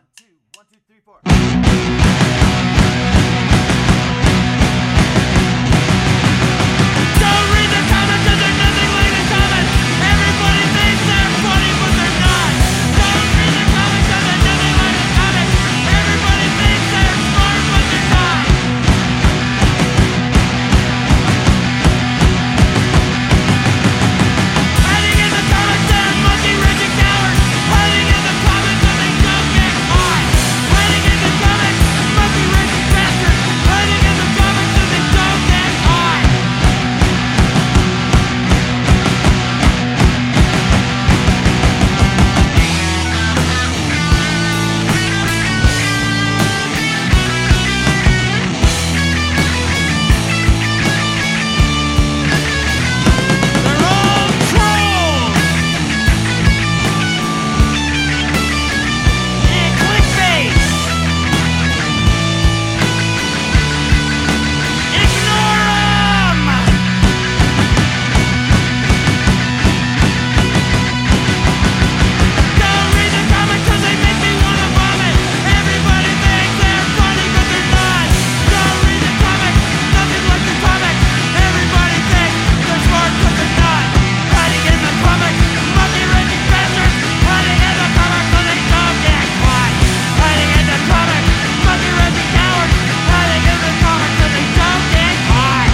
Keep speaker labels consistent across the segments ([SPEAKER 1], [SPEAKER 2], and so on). [SPEAKER 1] One, two, three, four.
[SPEAKER 2] Don't read the comments 'cause they're nothing like the comments. Everybody thinks they're funny, but they're not. Don't read the comments 'cause they're nothing like the comments. Everybody thinks they're smart, but they're not. Hiding in the comments, they're monkey wrenching cowards. Hiding in the comments so they don't get caught. Hiding in the comments, monkey wrenching bastards. Hiding in the comments so they don't get caught. They're all trolls. And clickbait. Ignore 'em. Don't read the comments 'cause they make me wanna vomit. Everybody thinks they're funny, but they're not. Don't read the comments. Nothing like the comments. Everybody thinks they're smart, but they're not. Hiding in the comments, monkey-wrenching bastards. Hiding in the comments so they don't get caught. Hiding in the comments, monkey-wrenching cowards. Hiding in the comments so they don't get caught.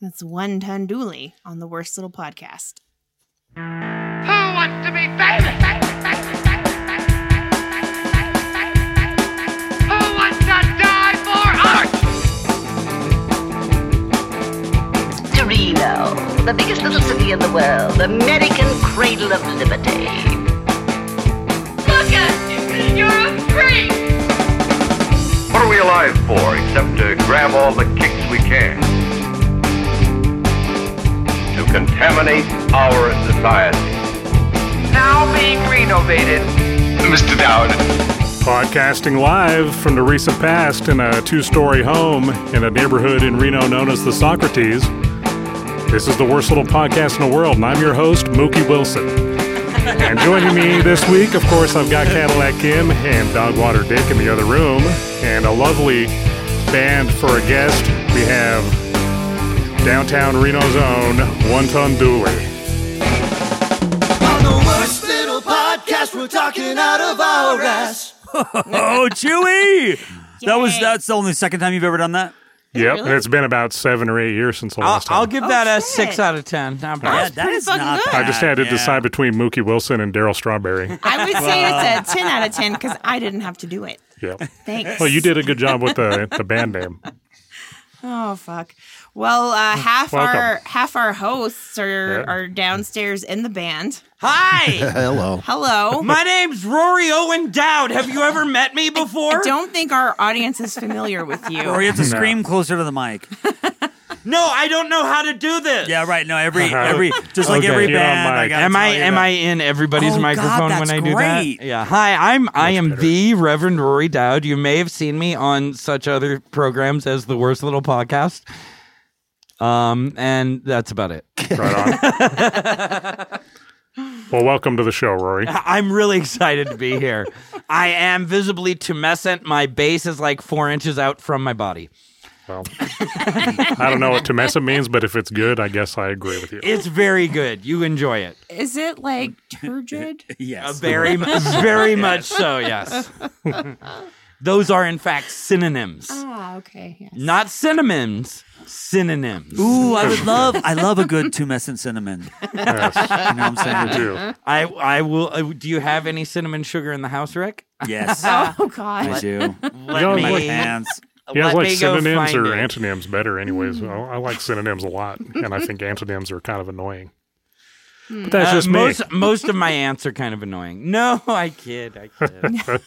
[SPEAKER 3] That's one ton dooley on the worst little podcast.
[SPEAKER 4] Who wants to be famous? Who wants to die for art?
[SPEAKER 5] Torino, the biggest little city in the world, American cradle of liberty.
[SPEAKER 4] Look at you, you're a freak.
[SPEAKER 6] What are we alive for except to grab all the kicks we can? To contaminate our society.
[SPEAKER 4] Now oh, being renovated.
[SPEAKER 6] Mr. Dowd.
[SPEAKER 7] Podcasting live from the recent past in a two story home in a neighborhood in Reno known as the Socrates. This is the worst little podcast in the world, and I'm your host, Mookie Wilson. And joining me this week, of course, I've got Cadillac Kim and Dogwater Dick in the other room, and a lovely band for a guest. We have downtown Reno's own One Ton Dooley.
[SPEAKER 1] On the worst little podcast, we're talking out of our ass.
[SPEAKER 8] Oh, Chewy! that was
[SPEAKER 3] Yay.
[SPEAKER 8] that's the only second time you've ever done that.
[SPEAKER 7] Yep,
[SPEAKER 3] really?
[SPEAKER 7] and it's been about seven or eight years since the
[SPEAKER 9] I'll,
[SPEAKER 7] last
[SPEAKER 9] I'll
[SPEAKER 7] time.
[SPEAKER 9] give that a
[SPEAKER 3] shit.
[SPEAKER 9] six out of ten. Not
[SPEAKER 8] Yeah,
[SPEAKER 9] bad.
[SPEAKER 8] that is
[SPEAKER 3] fucking
[SPEAKER 8] not
[SPEAKER 3] good.
[SPEAKER 8] bad.
[SPEAKER 7] I just had to
[SPEAKER 8] yeah.
[SPEAKER 7] decide between Mookie Wilson and Daryl Strawberry.
[SPEAKER 3] I would say it's a 10 out of 10 because I didn't have to do it.
[SPEAKER 7] Yeah.
[SPEAKER 3] Thanks.
[SPEAKER 7] Well, you did a good job with the, the band name.
[SPEAKER 3] Oh fuck. Well, uh, half
[SPEAKER 7] Welcome.
[SPEAKER 3] our half our hosts are
[SPEAKER 7] Yeah.
[SPEAKER 3] are downstairs in the band.
[SPEAKER 9] Hi,
[SPEAKER 10] Hello.
[SPEAKER 3] Hello.
[SPEAKER 9] my name's Rory Owen Dowd. Have you ever met me before?
[SPEAKER 3] I don't think our audience is familiar with you.
[SPEAKER 8] Or you have to
[SPEAKER 7] No.
[SPEAKER 8] scream closer to the mic.
[SPEAKER 9] No, I don't know how to do this.
[SPEAKER 8] Yeah, right. No, every
[SPEAKER 7] Uh-huh.
[SPEAKER 8] every just like
[SPEAKER 7] Okay,
[SPEAKER 8] every
[SPEAKER 7] you're on
[SPEAKER 8] band. I
[SPEAKER 7] mic.
[SPEAKER 8] gotta
[SPEAKER 9] Am I
[SPEAKER 8] tell you
[SPEAKER 9] am
[SPEAKER 8] that.
[SPEAKER 9] I in everybody's
[SPEAKER 8] Oh, God,
[SPEAKER 9] microphone when
[SPEAKER 8] that's
[SPEAKER 9] I do
[SPEAKER 8] great.
[SPEAKER 9] that? Yeah. Hi, I'm I am
[SPEAKER 7] better.
[SPEAKER 9] the Reverend Rory Dowd. You may have seen me on such other programs as the Worst Little Podcast. Um, and that's about it.
[SPEAKER 7] Right on. well, welcome to the show, Rory.
[SPEAKER 9] I'm really excited to be here. I am visibly tumescent. My base is like four inches out from my body.
[SPEAKER 7] Well, I don't know what Temesa means, but if it's good, I guess I agree with you.
[SPEAKER 9] It's very good. You enjoy it.
[SPEAKER 3] Is it like turgid?
[SPEAKER 9] Uh,
[SPEAKER 8] Yes.
[SPEAKER 9] very, mu- very much so. Yes. Those are in fact synonyms,
[SPEAKER 3] ah, okay. Yes.
[SPEAKER 9] not cinnamons. Synonyms.
[SPEAKER 8] Ooh, I would love I love a good two mess and cinnamon. You
[SPEAKER 7] Yes,
[SPEAKER 8] know what I'm saying?
[SPEAKER 7] I do.
[SPEAKER 9] I I will. Uh, do you have any cinnamon sugar in the house, Rick?
[SPEAKER 8] Yes.
[SPEAKER 3] Oh god.
[SPEAKER 8] I do.
[SPEAKER 9] Let
[SPEAKER 7] don't
[SPEAKER 8] My
[SPEAKER 7] like-
[SPEAKER 8] pants.
[SPEAKER 7] You guys
[SPEAKER 9] let
[SPEAKER 7] like
[SPEAKER 9] me go
[SPEAKER 7] synonyms
[SPEAKER 9] find
[SPEAKER 7] or
[SPEAKER 9] it. Mm.
[SPEAKER 7] antonyms better, anyways. I I like synonyms a lot, and I think antonyms are kind of annoying. But that's
[SPEAKER 9] Uh,
[SPEAKER 7] just me.
[SPEAKER 9] most most of my ants are kind of annoying. No, I kid. I kid.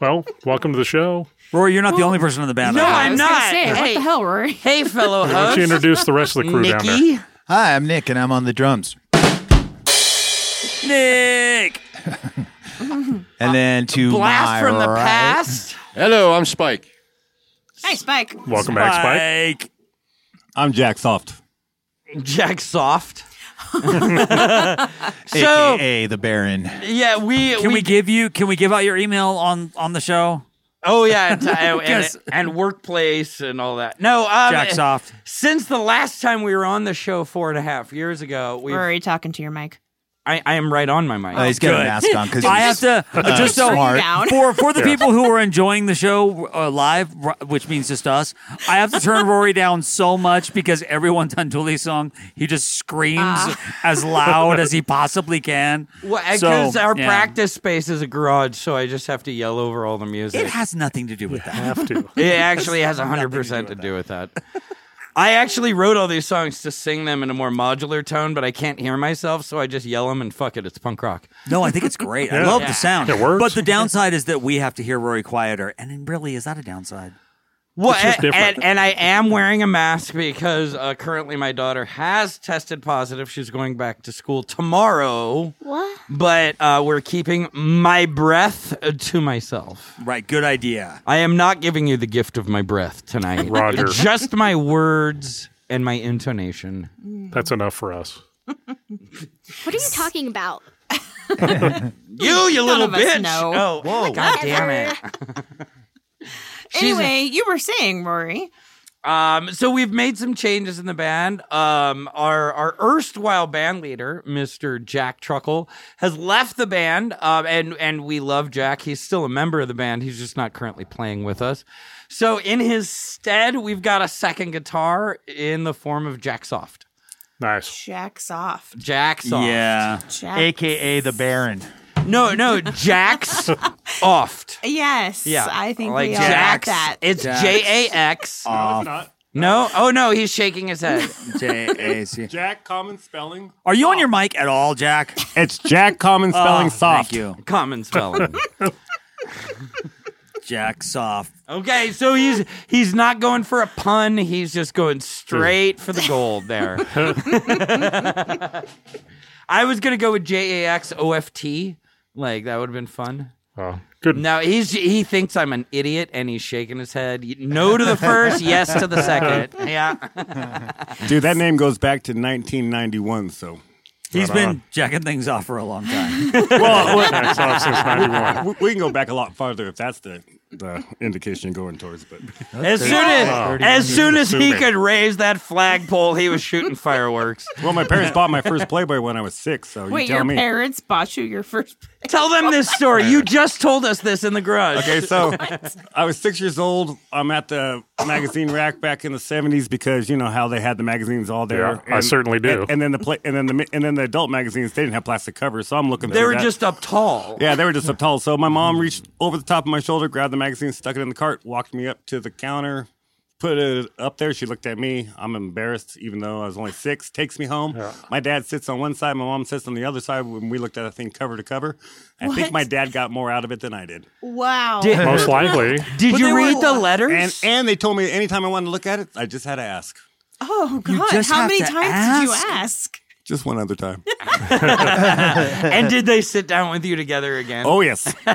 [SPEAKER 7] Well, welcome to the show.
[SPEAKER 8] Rory, you're not the only person in the band.
[SPEAKER 9] No,
[SPEAKER 8] I
[SPEAKER 9] I'm
[SPEAKER 2] was
[SPEAKER 9] not.
[SPEAKER 2] gonna say,
[SPEAKER 10] What
[SPEAKER 2] hey,
[SPEAKER 10] the hell, Rory?
[SPEAKER 2] Hey, fellow
[SPEAKER 7] Why don't you
[SPEAKER 2] host.
[SPEAKER 7] introduce the rest of the crew down there?
[SPEAKER 9] Nikki.
[SPEAKER 1] Hi, I'm Nick, and I'm on the drums.
[SPEAKER 8] Nick.
[SPEAKER 1] And then to
[SPEAKER 2] Blast
[SPEAKER 1] my
[SPEAKER 2] from the
[SPEAKER 1] right-
[SPEAKER 2] past.
[SPEAKER 6] Hello, I'm Spike.
[SPEAKER 3] Hey, Spike.
[SPEAKER 7] Welcome back, Spike.
[SPEAKER 8] Spike.
[SPEAKER 1] I'm Jack Soft,
[SPEAKER 9] Jack Soft. so
[SPEAKER 1] aka the Baron.
[SPEAKER 9] yeah, we
[SPEAKER 8] Can we, give you? Can we give out your email on on the show?
[SPEAKER 9] oh yeah, and, and,
[SPEAKER 8] Yes.
[SPEAKER 9] and workplace and all that. No, um,
[SPEAKER 8] Jack Soft.
[SPEAKER 9] Since the last time we were on the show four and a half years ago, we I,
[SPEAKER 3] Rory talking to your mic.
[SPEAKER 9] I am right on my mic.
[SPEAKER 1] Uh, he's got a mask on because
[SPEAKER 8] I have to uh,
[SPEAKER 9] uh,
[SPEAKER 8] just so
[SPEAKER 1] smart.
[SPEAKER 3] Down.
[SPEAKER 8] for for the people who are enjoying the show uh, live, r- which means just us. I have to turn Rory down so much because every one Tantuli song, he just screams
[SPEAKER 9] Ah.
[SPEAKER 8] as loud as he possibly can.
[SPEAKER 9] Because
[SPEAKER 8] So,
[SPEAKER 9] uh, our
[SPEAKER 8] yeah.
[SPEAKER 9] practice space is a garage, so I just have to yell over all the music.
[SPEAKER 8] It has nothing to do with that.
[SPEAKER 7] Have to.
[SPEAKER 9] It actually has 100% to do with that. I actually wrote all these songs to sing them in a more modular tone, but I can't hear myself, so I just yell them and fuck it, it's punk rock.
[SPEAKER 8] No, I think it's great. I
[SPEAKER 7] Yeah.
[SPEAKER 8] love
[SPEAKER 7] Yeah.
[SPEAKER 8] the sound.
[SPEAKER 7] It works.
[SPEAKER 8] But the downside is that we have to hear Rory quieter. And then really, is that a downside?
[SPEAKER 9] Well,
[SPEAKER 7] just
[SPEAKER 9] and,
[SPEAKER 7] different.
[SPEAKER 9] and, and I am wearing a mask because uh, currently my daughter has tested positive. She's going back to school tomorrow. What? But uh, we're keeping my breath uh, to myself.
[SPEAKER 8] Right. Good idea.
[SPEAKER 9] I am not giving you the gift of my breath tonight.
[SPEAKER 7] Roger.
[SPEAKER 9] Just my words and my intonation.
[SPEAKER 7] That's enough for us.
[SPEAKER 10] What are you talking about?
[SPEAKER 9] You, you little
[SPEAKER 3] of us
[SPEAKER 9] bitch.
[SPEAKER 3] know.
[SPEAKER 9] Oh, whoa. God damn it.
[SPEAKER 3] Anyway, you were saying, Rory.
[SPEAKER 9] Um, so we've made some changes in the band. Um, our our erstwhile band leader, Mr. Jack Truckle, has left the band. Um, and and we love Jack. He's still a member of the band. He's just not currently playing with us. So in his stead, we've got a second guitar in the form of Jack Soft.
[SPEAKER 7] Nice.
[SPEAKER 3] Jack's off.
[SPEAKER 9] Jack Soft.
[SPEAKER 8] Yeah.
[SPEAKER 3] Jack.
[SPEAKER 1] aka the Baron.
[SPEAKER 9] No, no, Jack's Oft.
[SPEAKER 3] yes.
[SPEAKER 9] Yeah,
[SPEAKER 3] I think
[SPEAKER 9] like
[SPEAKER 3] we all got
[SPEAKER 9] Jack's.
[SPEAKER 3] that.
[SPEAKER 9] It's J A X.
[SPEAKER 8] Off.
[SPEAKER 9] No, oh no, he's shaking his head.
[SPEAKER 8] J A C.
[SPEAKER 6] Jack, common spelling?
[SPEAKER 8] Are you on your mic at all, Jack?
[SPEAKER 6] It's Jack, common
[SPEAKER 8] Oh, Thank you,
[SPEAKER 9] Common spelling.
[SPEAKER 8] Jack Soft.
[SPEAKER 9] Okay, so he's he's not going for a pun. He's just going straight for the gold there. I was gonna go with J A X O F T. Like that would have been fun.
[SPEAKER 7] Oh, good.
[SPEAKER 9] Now he's he thinks I'm an idiot and he's shaking his head. No to the first, yes to the second. Yeah.
[SPEAKER 6] Dude, that name goes back to 1991, so. uh,
[SPEAKER 8] He's
[SPEAKER 7] Right
[SPEAKER 8] been
[SPEAKER 7] on.
[SPEAKER 8] jacking things off for a long time.
[SPEAKER 7] That's off since 91.
[SPEAKER 6] We, we can go back a lot farther if that's the, the indication you're going towards, but.
[SPEAKER 9] As soon as as soon as he
[SPEAKER 7] Assuming.
[SPEAKER 9] could raise that flagpole, he was shooting fireworks.
[SPEAKER 6] Well, my parents bought my first Playboy when I was six, so
[SPEAKER 3] Wait,
[SPEAKER 6] you tell
[SPEAKER 3] your
[SPEAKER 6] me.
[SPEAKER 3] parents bought you your first.
[SPEAKER 9] Tell them this story. You just told us this in the garage.
[SPEAKER 6] Okay, so I was six years old. I'm at the magazine rack back in the '70s because you know how they had the magazines all there.
[SPEAKER 7] Yeah, I certainly do.
[SPEAKER 6] And, and then the pla- and then the mi- and then the adult magazines they didn't have plastic covers, so I'm looking.
[SPEAKER 9] They
[SPEAKER 6] through
[SPEAKER 9] were
[SPEAKER 6] that.
[SPEAKER 9] just up tall.
[SPEAKER 6] yeah, they were just up tall. So my mom reached over the top of my shoulder, grabbed the magazine, stuck it in the cart, walked me up to the counter, put it up there. She looked at me. I'm embarrassed, even though I was only six. Takes me home. My dad sits on one side, my mom sits on the other side. When we looked at the thing cover to cover, I think
[SPEAKER 3] What?
[SPEAKER 6] my dad got more out of it than I did.
[SPEAKER 3] Wow.
[SPEAKER 9] Did-
[SPEAKER 7] Most
[SPEAKER 9] Oh.
[SPEAKER 7] likely.
[SPEAKER 9] Did
[SPEAKER 8] But they
[SPEAKER 9] you
[SPEAKER 8] were-
[SPEAKER 9] read the letters?
[SPEAKER 6] And and they told me anytime I wanted to look at it, I just had to ask.
[SPEAKER 3] oh God!
[SPEAKER 8] just
[SPEAKER 3] How
[SPEAKER 8] have
[SPEAKER 3] many
[SPEAKER 8] to
[SPEAKER 3] times did you
[SPEAKER 8] ask.
[SPEAKER 3] ask?
[SPEAKER 6] Just one other time.
[SPEAKER 9] And did they sit down with you together again?
[SPEAKER 6] Oh yes, it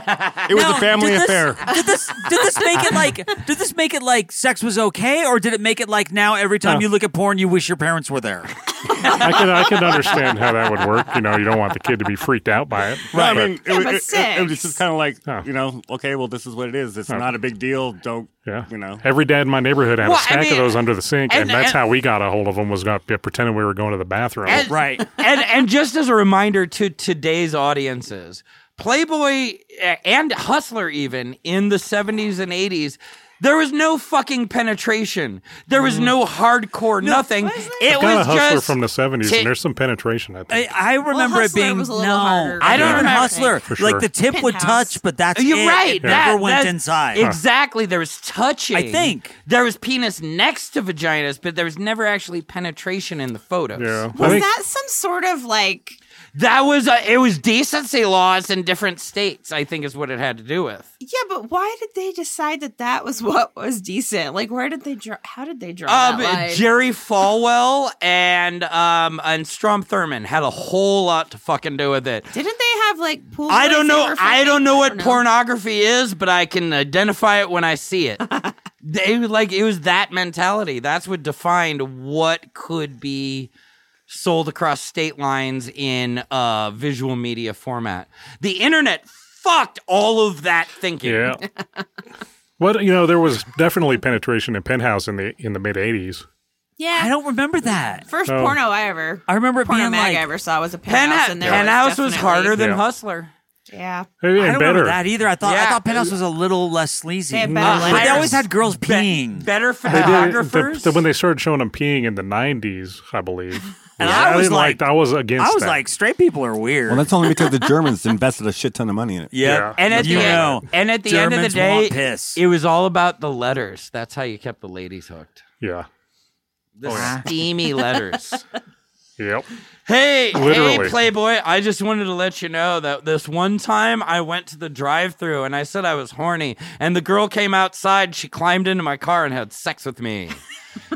[SPEAKER 6] was
[SPEAKER 8] Now,
[SPEAKER 6] a family
[SPEAKER 8] did this-
[SPEAKER 6] affair.
[SPEAKER 8] Did this did this make it like did this make it like sex was okay, or did it make it like now every time you look at porn you wish your parents were there?
[SPEAKER 7] I can I can understand how that would work. You know, you don't want the kid to be freaked out by it.
[SPEAKER 6] No, I mean, it, was-
[SPEAKER 3] but
[SPEAKER 6] it- it- it was
[SPEAKER 3] six.
[SPEAKER 6] just kind of like
[SPEAKER 7] Huh.
[SPEAKER 6] you know, okay, well, this is what it is. It's not a big deal. Don't
[SPEAKER 7] Yeah.
[SPEAKER 6] you know?
[SPEAKER 7] Every dad in my neighborhood had
[SPEAKER 9] Well,
[SPEAKER 7] a
[SPEAKER 9] I
[SPEAKER 7] stack
[SPEAKER 9] mean,
[SPEAKER 7] of those under the sink, and,
[SPEAKER 9] and-
[SPEAKER 7] that's
[SPEAKER 9] and-
[SPEAKER 7] how we got a hold of them was not pretending we were going to the bathroom.
[SPEAKER 9] And-
[SPEAKER 8] Right.
[SPEAKER 9] And and just as a reminder to today's audiences, Playboy eh, and Hustler even in the 70s and 80s there was no fucking penetration. There was no hardcore nothing. It
[SPEAKER 7] Got a
[SPEAKER 9] was
[SPEAKER 7] hustler
[SPEAKER 9] just
[SPEAKER 7] from Mm-hmm. the seventies,
[SPEAKER 9] Ti-
[SPEAKER 7] and there's some penetration. I
[SPEAKER 8] I,
[SPEAKER 7] think.
[SPEAKER 8] I remember it
[SPEAKER 3] Hustler
[SPEAKER 8] being
[SPEAKER 3] was a little
[SPEAKER 8] no.
[SPEAKER 3] harder.
[SPEAKER 9] I don't
[SPEAKER 8] Even
[SPEAKER 9] remember.
[SPEAKER 8] Hustler.
[SPEAKER 7] For
[SPEAKER 8] Like
[SPEAKER 7] sure.
[SPEAKER 8] the tip would
[SPEAKER 3] Penthouse.
[SPEAKER 8] touch, but that's
[SPEAKER 9] You're
[SPEAKER 8] it.
[SPEAKER 9] right.
[SPEAKER 8] It
[SPEAKER 9] That-
[SPEAKER 8] never went
[SPEAKER 9] that's-
[SPEAKER 8] inside.
[SPEAKER 9] Exactly. There was touching.
[SPEAKER 8] I think.
[SPEAKER 9] there was penis next to vaginas, but there was never actually penetration in the photos.
[SPEAKER 7] yeah. I
[SPEAKER 3] Was
[SPEAKER 7] think-
[SPEAKER 3] that some sort of like
[SPEAKER 9] That was uh, it was decency laws in different states. I think is what it had to do with.
[SPEAKER 3] Yeah, but why did they decide that that was what was decent? Like, where did they draw? How did they draw
[SPEAKER 9] Um,
[SPEAKER 3] that line?
[SPEAKER 9] Jerry Falwell and um, and Strom Thurmond had a whole lot to fucking do with it.
[SPEAKER 3] Didn't they have like pool?
[SPEAKER 9] I
[SPEAKER 3] boys
[SPEAKER 9] don't
[SPEAKER 3] they
[SPEAKER 9] know.
[SPEAKER 3] were
[SPEAKER 9] I
[SPEAKER 3] filming?
[SPEAKER 9] don't know what pornography is, but I can identify it when I see it. they like it was that mentality. That's what defined what could be sold across state lines in uh, visual media format. The internet fucked all of that thinking.
[SPEAKER 7] Yeah. well, you know, there was definitely penetration in Penthouse in the in the mid '80s.
[SPEAKER 3] Yeah,
[SPEAKER 8] I don't remember that.
[SPEAKER 3] First
[SPEAKER 7] Oh.
[SPEAKER 3] porno I ever,
[SPEAKER 8] I remember it
[SPEAKER 3] porno
[SPEAKER 8] being
[SPEAKER 3] mag I
[SPEAKER 8] like,
[SPEAKER 3] ever saw was a penthouse,
[SPEAKER 9] Penthouse,
[SPEAKER 3] and there
[SPEAKER 9] Penthouse was,
[SPEAKER 3] definitely-
[SPEAKER 9] harder than
[SPEAKER 7] Yeah.
[SPEAKER 9] Hustler.
[SPEAKER 3] Yeah,
[SPEAKER 7] Maybe
[SPEAKER 8] I don't
[SPEAKER 7] better.
[SPEAKER 8] remember that either. I thought I
[SPEAKER 9] Yeah.
[SPEAKER 8] thought Penthouse was a little less sleazy.
[SPEAKER 3] They had
[SPEAKER 8] but
[SPEAKER 3] better
[SPEAKER 8] they
[SPEAKER 9] lights.
[SPEAKER 8] always had girls
[SPEAKER 9] Be-
[SPEAKER 8] peeing.
[SPEAKER 9] better
[SPEAKER 7] They did- the-
[SPEAKER 9] photographers.
[SPEAKER 7] the- when they started showing them peeing in the '90s, I believe.
[SPEAKER 8] And I was
[SPEAKER 7] didn't
[SPEAKER 8] like-
[SPEAKER 7] I was against.
[SPEAKER 8] I was
[SPEAKER 7] that.
[SPEAKER 8] like, straight people are weird.
[SPEAKER 6] Well, that's only because the Germans invested a shit ton of money in it.
[SPEAKER 7] Yeah.
[SPEAKER 9] and at
[SPEAKER 8] You
[SPEAKER 9] the
[SPEAKER 8] know,
[SPEAKER 9] end, and at the end of the
[SPEAKER 8] Germans
[SPEAKER 9] day,
[SPEAKER 8] want piss.
[SPEAKER 9] it was all about the letters. That's how you kept the ladies hooked.
[SPEAKER 7] yeah,
[SPEAKER 9] The
[SPEAKER 7] Oh, yeah.
[SPEAKER 9] steamy letters.
[SPEAKER 7] yep.
[SPEAKER 9] Hey, hey,
[SPEAKER 7] Literally.
[SPEAKER 9] Playboy! I just wanted to let you know that this one time I went to the drive-through and I said I was horny, and the girl came outside. She climbed into my car and had sex with me.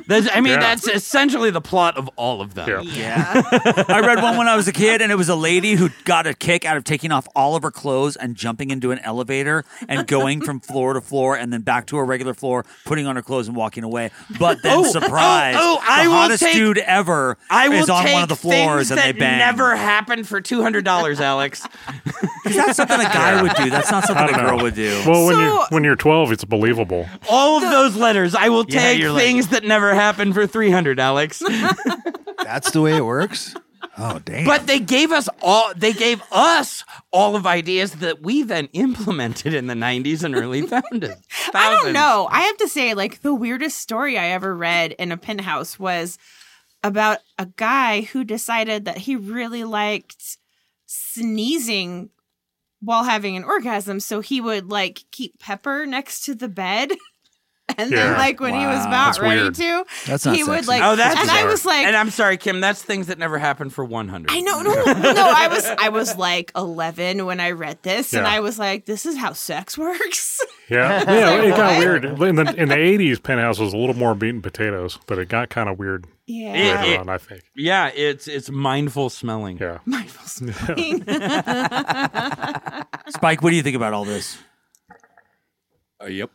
[SPEAKER 9] That's- I mean,
[SPEAKER 7] Yeah.
[SPEAKER 9] that's essentially the plot of all of them.
[SPEAKER 7] Yeah.
[SPEAKER 8] Yeah. I read one when I was a kid, and it was a lady who got a kick out of taking off all of her clothes and jumping into an elevator and going from floor to floor and then back to her regular floor, putting on her clothes and walking away. But then,
[SPEAKER 9] Oh,
[SPEAKER 8] surprise,
[SPEAKER 9] oh, oh, I
[SPEAKER 8] the
[SPEAKER 9] will
[SPEAKER 8] hottest
[SPEAKER 9] take-
[SPEAKER 8] dude ever
[SPEAKER 9] I will
[SPEAKER 8] is on
[SPEAKER 9] take
[SPEAKER 8] one of the floors
[SPEAKER 9] things
[SPEAKER 8] and
[SPEAKER 9] that
[SPEAKER 8] they bang.
[SPEAKER 9] never happened for two hundred dollars, Alex.
[SPEAKER 8] That's something a guy would do. That's not something a girl would do.
[SPEAKER 7] Well, when
[SPEAKER 3] So-
[SPEAKER 7] you're when you're 12, it's believable.
[SPEAKER 9] All of those letters, I will
[SPEAKER 8] Yeah,
[SPEAKER 9] take
[SPEAKER 8] you're like-
[SPEAKER 9] things that never happened for three hundred, Alex.
[SPEAKER 1] That's the way it works. Oh damn!
[SPEAKER 9] but they gave us all. They gave us all of ideas that we then implemented in the nineties and early founded.
[SPEAKER 3] I don't
[SPEAKER 9] thousands.
[SPEAKER 3] know. I have to say, like the weirdest story I ever read in a penthouse was about a guy who decided that he really liked sneezing while having an orgasm, so he would like keep pepper next to the bed. And then,
[SPEAKER 7] Yeah.
[SPEAKER 3] like when he was
[SPEAKER 8] Ah,
[SPEAKER 6] Wow.
[SPEAKER 3] about
[SPEAKER 7] That's
[SPEAKER 3] ready
[SPEAKER 7] weird.
[SPEAKER 3] to,
[SPEAKER 1] That's not
[SPEAKER 3] he would
[SPEAKER 1] sexy.
[SPEAKER 3] like.
[SPEAKER 9] Oh, that's
[SPEAKER 3] and I
[SPEAKER 9] bizarre.
[SPEAKER 3] was like,
[SPEAKER 9] and I'm sorry, Kim. That's things that never happened for one hundred.
[SPEAKER 3] I know, no, no. I was, I was like 11 when I read this, and
[SPEAKER 7] Yeah.
[SPEAKER 3] I was like, "This is how sex works."
[SPEAKER 7] Yeah, yeah. It got
[SPEAKER 3] What?
[SPEAKER 7] weird in the in the '80s. Penthouse was a little more beaten potatoes, but it got kind of weird
[SPEAKER 3] Yeah,
[SPEAKER 9] It-
[SPEAKER 7] later
[SPEAKER 9] it-
[SPEAKER 7] on. I think.
[SPEAKER 9] yeah, it's it's mindful smelling.
[SPEAKER 7] Yeah.
[SPEAKER 3] mindful smoking.
[SPEAKER 8] Spike, what do you think about all this?
[SPEAKER 11] Uh,
[SPEAKER 6] yep.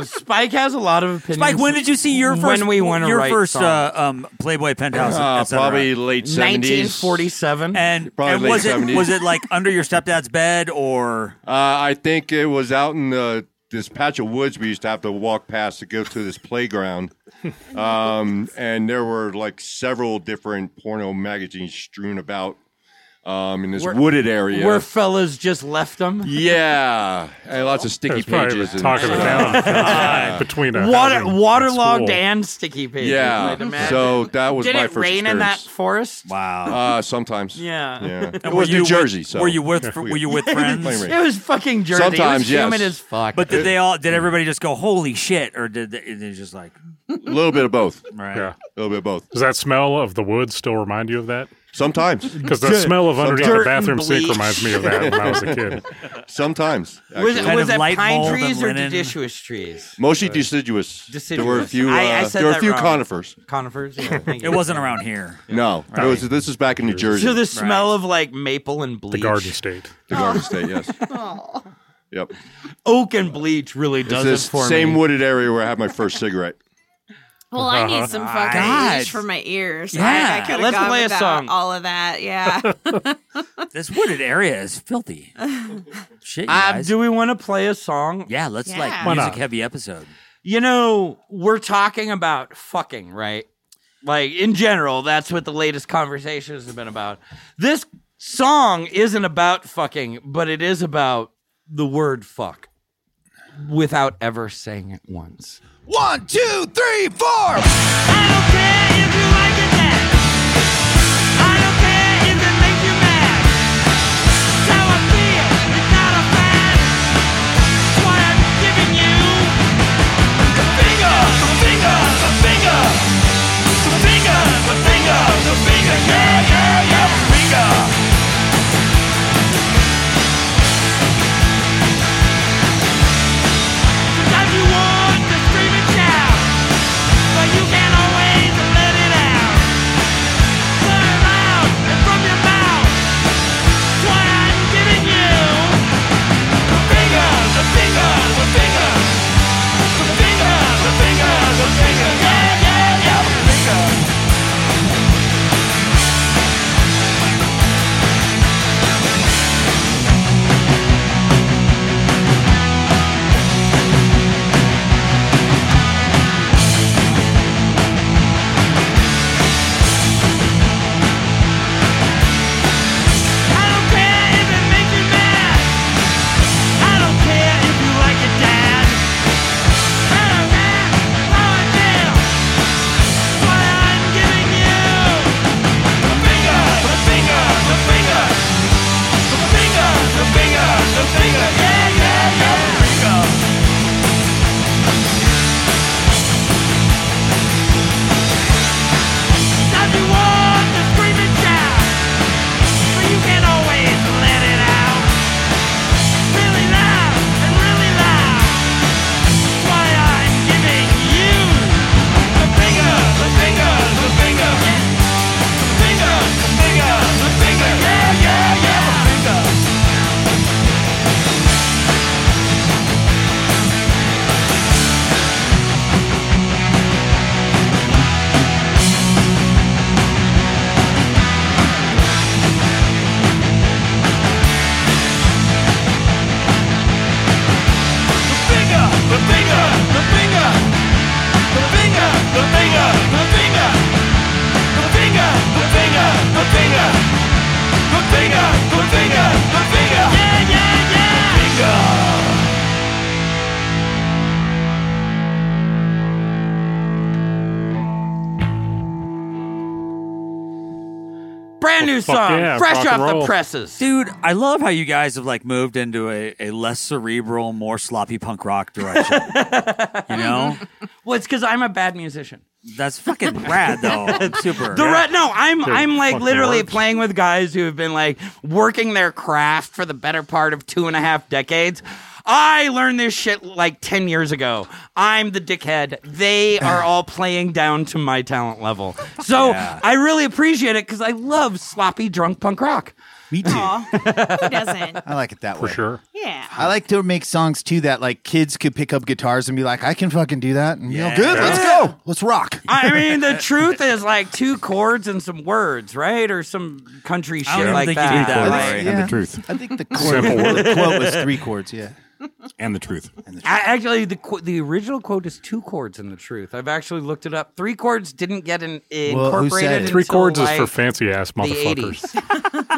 [SPEAKER 9] Spike has a lot of opinions.
[SPEAKER 8] Spike, when did you see your
[SPEAKER 9] When
[SPEAKER 8] first
[SPEAKER 9] we wanna
[SPEAKER 8] your
[SPEAKER 9] write
[SPEAKER 8] first uh,
[SPEAKER 9] songs.
[SPEAKER 8] um, Playboy penthouse?
[SPEAKER 11] Uh,
[SPEAKER 8] et cetera?
[SPEAKER 11] probably late seventies.
[SPEAKER 9] 1947?
[SPEAKER 8] And,
[SPEAKER 11] Probably
[SPEAKER 8] and
[SPEAKER 11] late
[SPEAKER 8] was it
[SPEAKER 11] 70s.
[SPEAKER 8] was it like under your stepdad's bed or
[SPEAKER 11] Uh, I think it was out in the, this patch of woods we used to have to walk past to go to this playground. Um, and there were like several different porno magazines strewn about um, in this
[SPEAKER 9] We're-
[SPEAKER 11] wooded area.
[SPEAKER 9] where fellas just left them.
[SPEAKER 11] yeah, and lots of sticky
[SPEAKER 7] It's probably
[SPEAKER 11] pages. and-
[SPEAKER 7] talking it down between a
[SPEAKER 9] Water,
[SPEAKER 7] housing and
[SPEAKER 9] waterlogged
[SPEAKER 7] school.
[SPEAKER 9] and sticky pages. I'd
[SPEAKER 11] yeah,
[SPEAKER 9] imagine.
[SPEAKER 11] so that was
[SPEAKER 9] did
[SPEAKER 11] my
[SPEAKER 9] it
[SPEAKER 11] first
[SPEAKER 9] rain in that
[SPEAKER 11] experience.
[SPEAKER 9] forest?
[SPEAKER 8] wow?
[SPEAKER 11] Uh, sometimes.
[SPEAKER 9] Yeah.
[SPEAKER 11] Yeah. It was
[SPEAKER 8] And were you
[SPEAKER 11] New
[SPEAKER 8] with-
[SPEAKER 11] Jersey, so.
[SPEAKER 8] were you with were you with
[SPEAKER 11] Plain
[SPEAKER 8] friends?
[SPEAKER 11] rain.
[SPEAKER 9] It was fucking Jersey. it was
[SPEAKER 11] Sometimes, yes.
[SPEAKER 9] humid as fuck.
[SPEAKER 8] But did they all? Did everybody just go, "Holy shit"? Or did they, they just like,
[SPEAKER 11] A little bit of both. A
[SPEAKER 8] right?
[SPEAKER 7] Yeah.
[SPEAKER 11] little bit of both.
[SPEAKER 7] Does that smell of the woods still remind you of that?
[SPEAKER 11] Sometimes.
[SPEAKER 7] Because the smell of underneath
[SPEAKER 11] Dirt
[SPEAKER 7] the
[SPEAKER 11] and
[SPEAKER 7] bathroom sink
[SPEAKER 9] bleach.
[SPEAKER 7] reminds me of that when I was a kid.
[SPEAKER 11] Sometimes.
[SPEAKER 9] was,
[SPEAKER 11] actually.
[SPEAKER 8] Kind
[SPEAKER 9] was
[SPEAKER 8] of
[SPEAKER 9] that
[SPEAKER 8] light
[SPEAKER 9] pine
[SPEAKER 8] mold and
[SPEAKER 9] trees or
[SPEAKER 8] linen.
[SPEAKER 9] deciduous trees?
[SPEAKER 11] Mostly deciduous. There were a
[SPEAKER 9] Deciduous.
[SPEAKER 11] few. Uh,
[SPEAKER 9] I- I said
[SPEAKER 11] there were a
[SPEAKER 9] that
[SPEAKER 11] few
[SPEAKER 9] wrong.
[SPEAKER 11] conifers.
[SPEAKER 9] Conifers. Yeah, thank
[SPEAKER 8] It
[SPEAKER 9] you.
[SPEAKER 8] wasn't around here.
[SPEAKER 11] No, it was, this is back in New Jersey,
[SPEAKER 9] So the smell of like maple and bleach,
[SPEAKER 7] The Garden State.
[SPEAKER 11] the Garden State. Yes. Yep.
[SPEAKER 9] oak and bleach really does
[SPEAKER 11] It's
[SPEAKER 9] it
[SPEAKER 11] this
[SPEAKER 9] for
[SPEAKER 11] same
[SPEAKER 9] me.
[SPEAKER 11] wooded area where I had my first cigarette.
[SPEAKER 3] Well, I need some fucking
[SPEAKER 8] God.
[SPEAKER 3] leash for my ears. I- I,
[SPEAKER 8] Yeah.
[SPEAKER 3] could
[SPEAKER 9] Let's play a song.
[SPEAKER 3] All of that, yeah.
[SPEAKER 8] This wooded area is filthy. shit, you
[SPEAKER 9] Uh,
[SPEAKER 8] guys.
[SPEAKER 9] do we want to play a song?
[SPEAKER 8] yeah, let's
[SPEAKER 3] Yeah.
[SPEAKER 8] like
[SPEAKER 3] Why
[SPEAKER 7] not?
[SPEAKER 8] music heavy episode.
[SPEAKER 9] You know, we're talking about fucking, right? Like in general, that's what the latest conversations have been about. This song isn't about fucking, but it is about the word fuck without ever saying it once.
[SPEAKER 1] One, two, three, four.
[SPEAKER 2] I don't care if you like it bad. I don't care if it makes you mad. It's how I feel. It's not a fact. That's why I'm giving you the finger, the finger, the finger, the finger, the finger, the
[SPEAKER 9] brand new
[SPEAKER 8] Fuck
[SPEAKER 9] song,
[SPEAKER 8] yeah,
[SPEAKER 9] fresh
[SPEAKER 8] rock
[SPEAKER 9] off
[SPEAKER 8] and
[SPEAKER 9] the
[SPEAKER 8] roll.
[SPEAKER 9] presses.
[SPEAKER 8] Dude, I love how you guys have like moved into a, a less cerebral, more sloppy punk rock direction. you know?
[SPEAKER 9] Well, it's because I'm a bad musician.
[SPEAKER 8] That's fucking rad though. Super.
[SPEAKER 9] The re- no, I'm
[SPEAKER 8] Dude,
[SPEAKER 9] I'm like
[SPEAKER 8] fucking
[SPEAKER 9] literally
[SPEAKER 8] works.
[SPEAKER 9] playing with guys who have been like working their craft for the better part of two and a half decades. I learned this shit like ten years ago. I'm the dickhead. They are all playing down to my talent level. So
[SPEAKER 8] Yeah.
[SPEAKER 9] I really appreciate it because I love sloppy drunk punk rock.
[SPEAKER 12] Me too.
[SPEAKER 3] Who doesn't?
[SPEAKER 12] I like it that way. For
[SPEAKER 7] sure.
[SPEAKER 3] Yeah.
[SPEAKER 12] I like to make songs too that like kids could pick up guitars and be like, I can fucking do that. And yeah.
[SPEAKER 9] Yeah.
[SPEAKER 12] good, let's go. Let's rock.
[SPEAKER 9] I mean, the truth is like two chords and some words, right? Or some country shit
[SPEAKER 12] I don't even
[SPEAKER 9] like
[SPEAKER 12] think you
[SPEAKER 9] that.
[SPEAKER 12] need that,
[SPEAKER 9] right?
[SPEAKER 12] right? And the Yeah. truth. I think the chord- Simple the word. quote was three chords, yeah.
[SPEAKER 6] And the truth.
[SPEAKER 9] A- Actually, the qu- the original quote is two chords in the truth. I've actually looked it up. Three chords didn't get in, incorporated. until,
[SPEAKER 7] Three chords is for
[SPEAKER 9] like,
[SPEAKER 7] fancy ass
[SPEAKER 9] the
[SPEAKER 7] motherfuckers.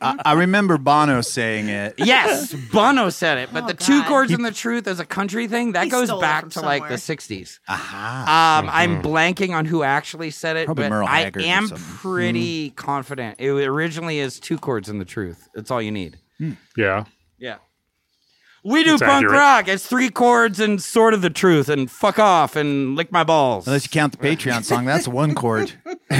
[SPEAKER 12] I, I remember Bono saying it.
[SPEAKER 9] Yes, Bono said it, but the two
[SPEAKER 12] Oh, God.
[SPEAKER 9] chords in the truth is a country thing that
[SPEAKER 12] He
[SPEAKER 9] goes
[SPEAKER 12] stole it
[SPEAKER 9] back
[SPEAKER 12] from
[SPEAKER 9] to like the
[SPEAKER 12] somewhere.
[SPEAKER 9] '60s.
[SPEAKER 12] Aha.
[SPEAKER 9] Um, I'm
[SPEAKER 12] Mhm.
[SPEAKER 7] Mm-hmm.
[SPEAKER 9] blanking on who actually said it,
[SPEAKER 12] Probably
[SPEAKER 9] but
[SPEAKER 12] Merle
[SPEAKER 9] I
[SPEAKER 12] Haggard or
[SPEAKER 9] am
[SPEAKER 12] something.
[SPEAKER 9] pretty confident. It originally is two chords in the truth. That's all you need.
[SPEAKER 12] Hmm.
[SPEAKER 7] yeah.
[SPEAKER 9] Yeah. We do
[SPEAKER 7] It's
[SPEAKER 9] punk
[SPEAKER 7] accurate.
[SPEAKER 9] rock. It's three chords and sort of the truth, and fuck off and lick my balls.
[SPEAKER 12] Unless you count the Patreon song, that's one chord.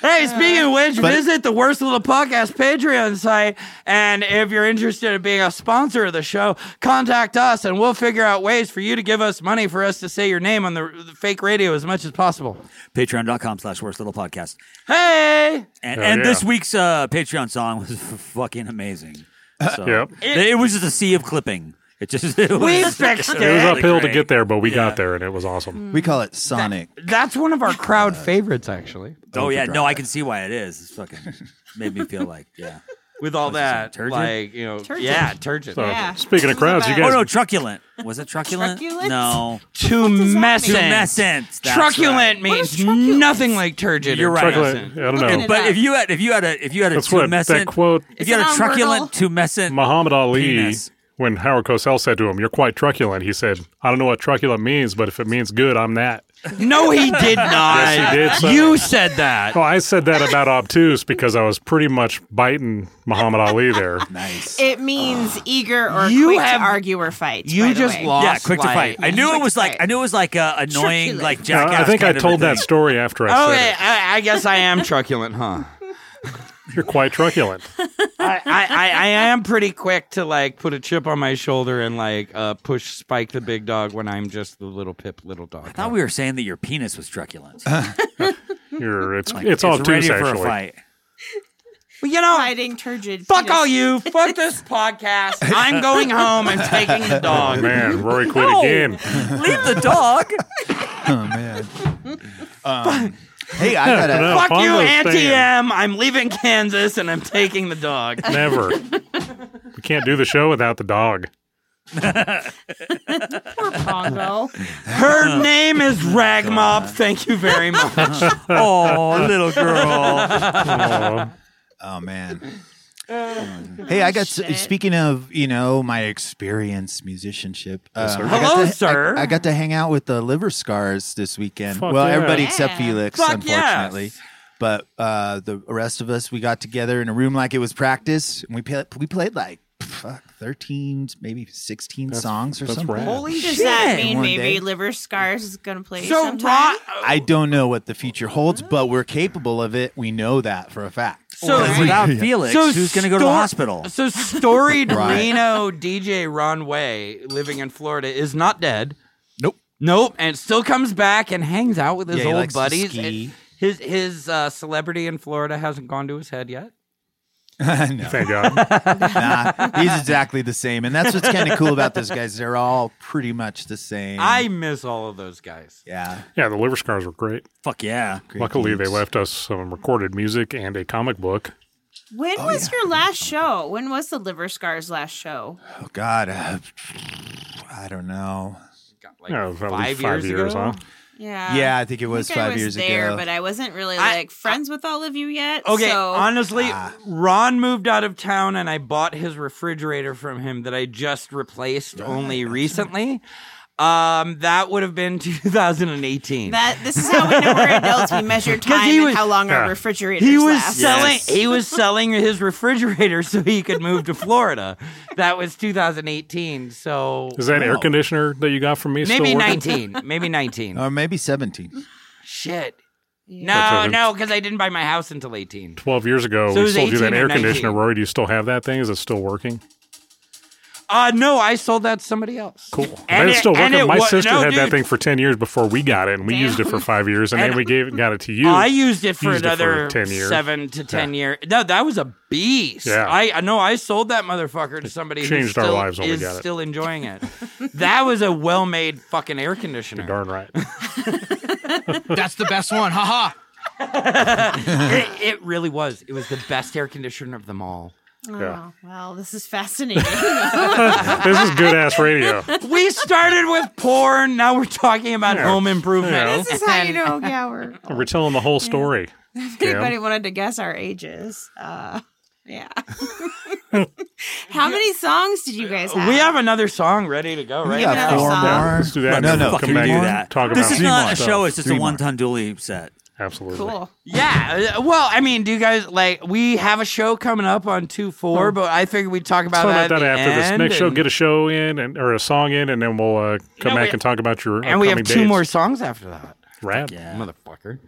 [SPEAKER 9] Hey, speaking of which,
[SPEAKER 12] But-
[SPEAKER 9] visit the Worst Little Podcast Patreon site. And if you're interested in being a sponsor of the show, contact us and we'll figure out ways for you to give us money for us to say your name on the, the fake radio as much as possible.
[SPEAKER 8] Patreon.com slash worst little podcast.
[SPEAKER 9] Hey!
[SPEAKER 8] And,
[SPEAKER 9] Hell
[SPEAKER 8] and
[SPEAKER 9] yeah.
[SPEAKER 8] this week's uh, Patreon song was fucking amazing. So,
[SPEAKER 7] Yep.
[SPEAKER 8] It, it was just a sea of clipping. It just it
[SPEAKER 9] We
[SPEAKER 8] was,
[SPEAKER 9] fixed
[SPEAKER 7] It was uphill to
[SPEAKER 8] Great.
[SPEAKER 7] get there, but we got there and it was awesome.
[SPEAKER 12] We call it Sonic.
[SPEAKER 9] That's one of our crowd favorites, actually.
[SPEAKER 8] Oh yeah, no, I can see why it is. It's fucking made me feel like yeah.
[SPEAKER 9] With all
[SPEAKER 8] What is this,
[SPEAKER 9] that,
[SPEAKER 8] turgid?
[SPEAKER 9] like, you know, Turgid. yeah, turgid.
[SPEAKER 8] So,
[SPEAKER 9] Yeah.
[SPEAKER 7] speaking of crowds, you
[SPEAKER 8] Oh
[SPEAKER 7] guys-
[SPEAKER 8] no, truculent. Was it truculent?
[SPEAKER 9] Truculent?
[SPEAKER 8] No.
[SPEAKER 9] Tumescent.
[SPEAKER 8] Tumescent. That's
[SPEAKER 9] Truculent
[SPEAKER 8] right.
[SPEAKER 9] means nothing like turgid.
[SPEAKER 8] You're
[SPEAKER 9] or
[SPEAKER 8] right.
[SPEAKER 9] tumescent.
[SPEAKER 7] I don't know. Looking it
[SPEAKER 8] But if you had if you had a if you had a
[SPEAKER 7] That's what that
[SPEAKER 8] tumescent
[SPEAKER 7] quote.
[SPEAKER 8] if you had a truculent tumescent
[SPEAKER 7] Muhammad Ali,
[SPEAKER 8] penis.
[SPEAKER 7] when Howard Cosell said to him, "You're quite truculent," he said, "I don't know what truculent means, but if it means good, I'm that."
[SPEAKER 9] No, he did not.
[SPEAKER 7] Yes, he did. son.
[SPEAKER 9] You said that.
[SPEAKER 7] Well, I said that about obtuse because I was pretty much biting Muhammad Ali there.
[SPEAKER 12] Nice.
[SPEAKER 3] It means eager or
[SPEAKER 9] You
[SPEAKER 3] quick
[SPEAKER 9] have-
[SPEAKER 3] to argue or fight.
[SPEAKER 9] you
[SPEAKER 3] by the
[SPEAKER 9] just
[SPEAKER 3] way.
[SPEAKER 9] lost
[SPEAKER 8] yeah, quick to fight.
[SPEAKER 9] like-
[SPEAKER 8] I knew it was like I knew it was like uh, annoying,
[SPEAKER 3] Truculent.
[SPEAKER 8] like
[SPEAKER 7] No,
[SPEAKER 8] jackass.
[SPEAKER 7] I think I
[SPEAKER 8] kind of a
[SPEAKER 7] told that
[SPEAKER 8] thing.
[SPEAKER 7] story after I
[SPEAKER 9] Oh,
[SPEAKER 7] said
[SPEAKER 9] yeah, I, I guess I am truculent, huh?
[SPEAKER 7] it. You're
[SPEAKER 8] Oh,
[SPEAKER 7] quite truculent.
[SPEAKER 9] I, I, I, I am pretty quick to like put a chip on my shoulder and like uh, push Spike the big dog when I'm just the little pip little dog.
[SPEAKER 8] I thought we were saying that your penis was truculent.
[SPEAKER 7] You're it's
[SPEAKER 8] Like,
[SPEAKER 7] it's all
[SPEAKER 8] ready
[SPEAKER 7] obtuse
[SPEAKER 8] for
[SPEAKER 7] actually.
[SPEAKER 8] a fight.
[SPEAKER 9] Well, you know,
[SPEAKER 3] fighting turgid.
[SPEAKER 9] Fuck
[SPEAKER 3] fetus.
[SPEAKER 9] all you. Fuck this podcast. I'm going home and taking the
[SPEAKER 7] Oh
[SPEAKER 9] dog.
[SPEAKER 7] man, Rory quit
[SPEAKER 8] No.
[SPEAKER 7] again.
[SPEAKER 8] Leave the dog.
[SPEAKER 12] Oh man. Um, hey, I got a
[SPEAKER 7] No,
[SPEAKER 9] Fuck you,
[SPEAKER 7] Fondo's
[SPEAKER 9] Auntie
[SPEAKER 7] staying.
[SPEAKER 9] M. I'm leaving Kansas and I'm taking the dog.
[SPEAKER 7] Never. we can't do the show without the dog.
[SPEAKER 3] Poor Pongo.
[SPEAKER 9] Her name is Ragmob. Thank you very much.
[SPEAKER 8] Oh, little girl.
[SPEAKER 7] Aw.
[SPEAKER 12] Oh man. hey, I got. s Speaking of you know my experience musicianship. uh,
[SPEAKER 11] Yes, sir.
[SPEAKER 12] I got
[SPEAKER 9] Hello,
[SPEAKER 12] to- I-
[SPEAKER 9] sir.
[SPEAKER 12] I, got to hang out with the Liver Scars this weekend.
[SPEAKER 7] Fuck
[SPEAKER 12] well,
[SPEAKER 7] yeah.
[SPEAKER 12] everybody except
[SPEAKER 3] Yeah.
[SPEAKER 12] Felix,
[SPEAKER 9] Fuck
[SPEAKER 12] unfortunately. But uh, the rest of us, we got together in a room like it was practice, and we played. We played like fuck thirteen, maybe sixteen songs or
[SPEAKER 7] that's
[SPEAKER 12] something.
[SPEAKER 7] rad.
[SPEAKER 12] Holy
[SPEAKER 3] Does that
[SPEAKER 12] In
[SPEAKER 3] mean
[SPEAKER 12] one
[SPEAKER 3] maybe
[SPEAKER 12] day.
[SPEAKER 3] Liver Scars is gonna play
[SPEAKER 9] So,
[SPEAKER 3] sometime?
[SPEAKER 9] Ron,
[SPEAKER 12] I don't know what the future holds, but we're capable of it. We know that for a fact.
[SPEAKER 9] So-
[SPEAKER 8] Because without Felix,
[SPEAKER 9] So
[SPEAKER 8] who's going to go to the
[SPEAKER 9] stor-
[SPEAKER 8] hospital?
[SPEAKER 9] So storied
[SPEAKER 12] Right.
[SPEAKER 9] Reno DJ Ron Way, living in Florida, is not dead.
[SPEAKER 12] Nope.
[SPEAKER 9] Nope, and still comes back and hangs out with his
[SPEAKER 12] Yeah, he
[SPEAKER 9] old
[SPEAKER 12] likes to
[SPEAKER 9] buddies.
[SPEAKER 12] ski.
[SPEAKER 9] And His his uh, celebrity in Florida hasn't gone to his head yet.
[SPEAKER 12] No.
[SPEAKER 7] Thank God.
[SPEAKER 12] nah, he's exactly the same, and that's what's kind of cool about this guys. They're all pretty much the same.
[SPEAKER 9] I miss all of those guys.
[SPEAKER 12] yeah,
[SPEAKER 7] Yeah, the liver scars were great.
[SPEAKER 8] Fuck yeah.
[SPEAKER 12] great
[SPEAKER 7] Luckily,
[SPEAKER 12] dudes.
[SPEAKER 7] they left us some recorded music and a comic book.
[SPEAKER 3] When
[SPEAKER 9] Oh,
[SPEAKER 3] was your last show? When was the Liver Scars last show?
[SPEAKER 12] Oh God, uh, I don't know.
[SPEAKER 9] Got, Like
[SPEAKER 7] Yeah, it was probably five years, huh?
[SPEAKER 3] Yeah.
[SPEAKER 12] yeah, I think it was
[SPEAKER 3] I
[SPEAKER 12] five
[SPEAKER 3] was
[SPEAKER 12] years
[SPEAKER 3] there,
[SPEAKER 12] ago.
[SPEAKER 3] but I wasn't really
[SPEAKER 9] I-
[SPEAKER 3] like friends with all of you yet.
[SPEAKER 9] Okay,
[SPEAKER 3] so
[SPEAKER 9] honestly,
[SPEAKER 7] Ah.
[SPEAKER 9] Ron moved out of town and I bought his refrigerator from him that I just replaced only recently. Um, that would have been 2018.
[SPEAKER 3] That this is how we know we're adults. We measure
[SPEAKER 9] 'Cause
[SPEAKER 3] time
[SPEAKER 9] he
[SPEAKER 3] and
[SPEAKER 9] was-
[SPEAKER 3] how long
[SPEAKER 9] Yeah.
[SPEAKER 3] our refrigerators
[SPEAKER 9] He was
[SPEAKER 3] last.
[SPEAKER 9] selling. He was selling his refrigerator so he could move to Florida. That was 2018. So
[SPEAKER 7] Is that air
[SPEAKER 9] Wow.
[SPEAKER 7] conditioner that you got from me still
[SPEAKER 9] Maybe
[SPEAKER 7] working?
[SPEAKER 9] 19. Maybe 19.
[SPEAKER 12] Or Uh, maybe 17.
[SPEAKER 9] Shit.
[SPEAKER 7] That's
[SPEAKER 9] No,
[SPEAKER 7] a-
[SPEAKER 9] no, because I didn't buy my house until 18.
[SPEAKER 7] 12 years ago,
[SPEAKER 9] So it
[SPEAKER 7] we
[SPEAKER 9] was
[SPEAKER 7] sold you that
[SPEAKER 9] 18 or
[SPEAKER 7] air conditioner.
[SPEAKER 9] 19.
[SPEAKER 7] Rory, do you still have that thing? Is it still working?
[SPEAKER 9] Uh no, I sold that to somebody else.
[SPEAKER 7] Cool.
[SPEAKER 9] And
[SPEAKER 7] it's
[SPEAKER 9] it-
[SPEAKER 7] still
[SPEAKER 9] and
[SPEAKER 7] working.
[SPEAKER 9] it
[SPEAKER 7] My
[SPEAKER 9] wa-
[SPEAKER 7] sister
[SPEAKER 9] no,
[SPEAKER 7] had that
[SPEAKER 9] dude.
[SPEAKER 7] thing for 10 years before we got it, and we used it for five years, and, then
[SPEAKER 9] And-
[SPEAKER 7] we gave got it to you.
[SPEAKER 9] I used it for
[SPEAKER 7] Used
[SPEAKER 9] another
[SPEAKER 7] 10 years.
[SPEAKER 9] seven to ten
[SPEAKER 7] Yeah.
[SPEAKER 9] year. No, that was a beast.
[SPEAKER 7] Yeah.
[SPEAKER 9] I I know I sold that motherfucker to somebody. who
[SPEAKER 7] changed our
[SPEAKER 9] still
[SPEAKER 7] lives when we
[SPEAKER 9] is
[SPEAKER 7] got it.
[SPEAKER 9] Still enjoying it. that was a well-made fucking air conditioner.
[SPEAKER 7] Darn right.
[SPEAKER 13] That's the best one. Ha ha.
[SPEAKER 9] it, it really was. It was the best air conditioner of them all.
[SPEAKER 3] Oh,
[SPEAKER 9] Yeah.
[SPEAKER 3] well, this is fascinating.
[SPEAKER 7] this is good ass radio.
[SPEAKER 9] We started with porn. Now we're talking about
[SPEAKER 7] Yeah.
[SPEAKER 9] home improvement.
[SPEAKER 7] Yeah.
[SPEAKER 3] This is how you know, yeah, we're.
[SPEAKER 7] We're telling the whole story.
[SPEAKER 3] If
[SPEAKER 7] Cam.
[SPEAKER 3] anybody wanted to guess our ages, uh, yeah. how many songs did you guys have?
[SPEAKER 9] We have another song ready to go,
[SPEAKER 3] We
[SPEAKER 9] right?
[SPEAKER 3] got
[SPEAKER 9] now.
[SPEAKER 3] four Yeah, more.
[SPEAKER 7] let's do that.
[SPEAKER 8] No,
[SPEAKER 7] and
[SPEAKER 8] no,
[SPEAKER 7] we'll
[SPEAKER 8] fucking do that. this is
[SPEAKER 7] some
[SPEAKER 8] not
[SPEAKER 7] more
[SPEAKER 8] a
[SPEAKER 7] stuff.
[SPEAKER 8] show. It's just
[SPEAKER 7] Three
[SPEAKER 8] a
[SPEAKER 7] more.
[SPEAKER 8] one Tunduli set.
[SPEAKER 7] Absolutely.
[SPEAKER 3] Cool.
[SPEAKER 9] Yeah. uh, Well, I mean, do you guys like we have a show coming up on two four,
[SPEAKER 8] Oh.
[SPEAKER 9] but I figured we'd talk about
[SPEAKER 7] Let's
[SPEAKER 9] that,
[SPEAKER 7] talk about that
[SPEAKER 9] at the
[SPEAKER 7] after this.
[SPEAKER 9] end,
[SPEAKER 7] Next show,
[SPEAKER 9] and-
[SPEAKER 7] get a show in and or a song in, and then we'll uh, come back and talk about your.
[SPEAKER 9] and we have
[SPEAKER 7] upcoming
[SPEAKER 9] two
[SPEAKER 7] dates.
[SPEAKER 9] more songs after that.
[SPEAKER 7] Rad.
[SPEAKER 9] Motherfucker.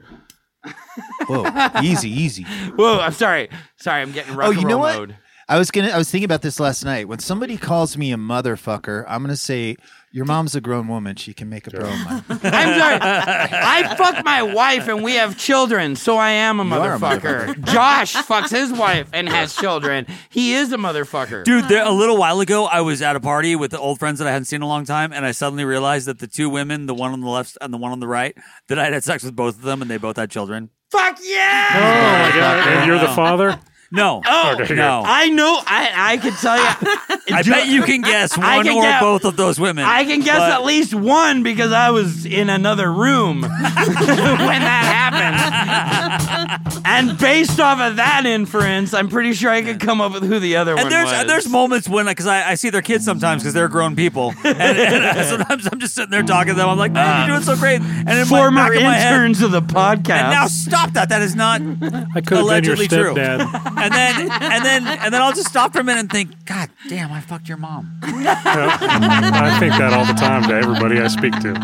[SPEAKER 12] Whoa, Oh, easy, easy.
[SPEAKER 9] Whoa, I'm sorry. Sorry, I'm getting rock
[SPEAKER 12] oh,
[SPEAKER 9] and
[SPEAKER 12] you know
[SPEAKER 9] roll
[SPEAKER 12] what?
[SPEAKER 9] mode.
[SPEAKER 12] I was gonna. I was thinking about this last night. When somebody calls me a motherfucker, I'm gonna say, "Your mom's a grown woman. She can make up her own mind."
[SPEAKER 9] I'm sorry. I fuck my wife and we have children, so I am a
[SPEAKER 12] You are a
[SPEAKER 9] motherfucker. Josh fucks his wife and has children. He is a motherfucker.
[SPEAKER 8] Dude, there, a little while ago, I was at a party with the old friends that I hadn't seen in a long time, and I suddenly realized that the two women, the one on the left and the one on the right, that I had sex with both of them, and they both had children.
[SPEAKER 9] Fuck yeah!
[SPEAKER 7] Oh my god! And you're the
[SPEAKER 8] Oh.
[SPEAKER 7] father.
[SPEAKER 8] No.
[SPEAKER 9] Oh,
[SPEAKER 8] Okay, no. good.
[SPEAKER 9] I know. I I could tell you.
[SPEAKER 8] I bet you can guess
[SPEAKER 9] I
[SPEAKER 8] one
[SPEAKER 9] can
[SPEAKER 8] or
[SPEAKER 9] guess-
[SPEAKER 8] both of those women.
[SPEAKER 9] I can guess at least one because I was in another room when that happened. and based off of that inference, I'm pretty sure I could come up with who the other one
[SPEAKER 8] And there's
[SPEAKER 9] was.
[SPEAKER 8] and there's moments when because I, I see their kids sometimes because they're grown people and, and sometimes I'm just sitting there talking to them I'm like man you're doing so great and in
[SPEAKER 9] former
[SPEAKER 8] my back of my head,
[SPEAKER 9] interns of the podcast.
[SPEAKER 8] and now stop that that is not
[SPEAKER 7] I could have been your
[SPEAKER 8] allegedly true
[SPEAKER 7] stepdad.
[SPEAKER 8] and then and then and then I'll just stop for a minute and think God damn I fucked your mom
[SPEAKER 7] I think that all the time to everybody I speak to.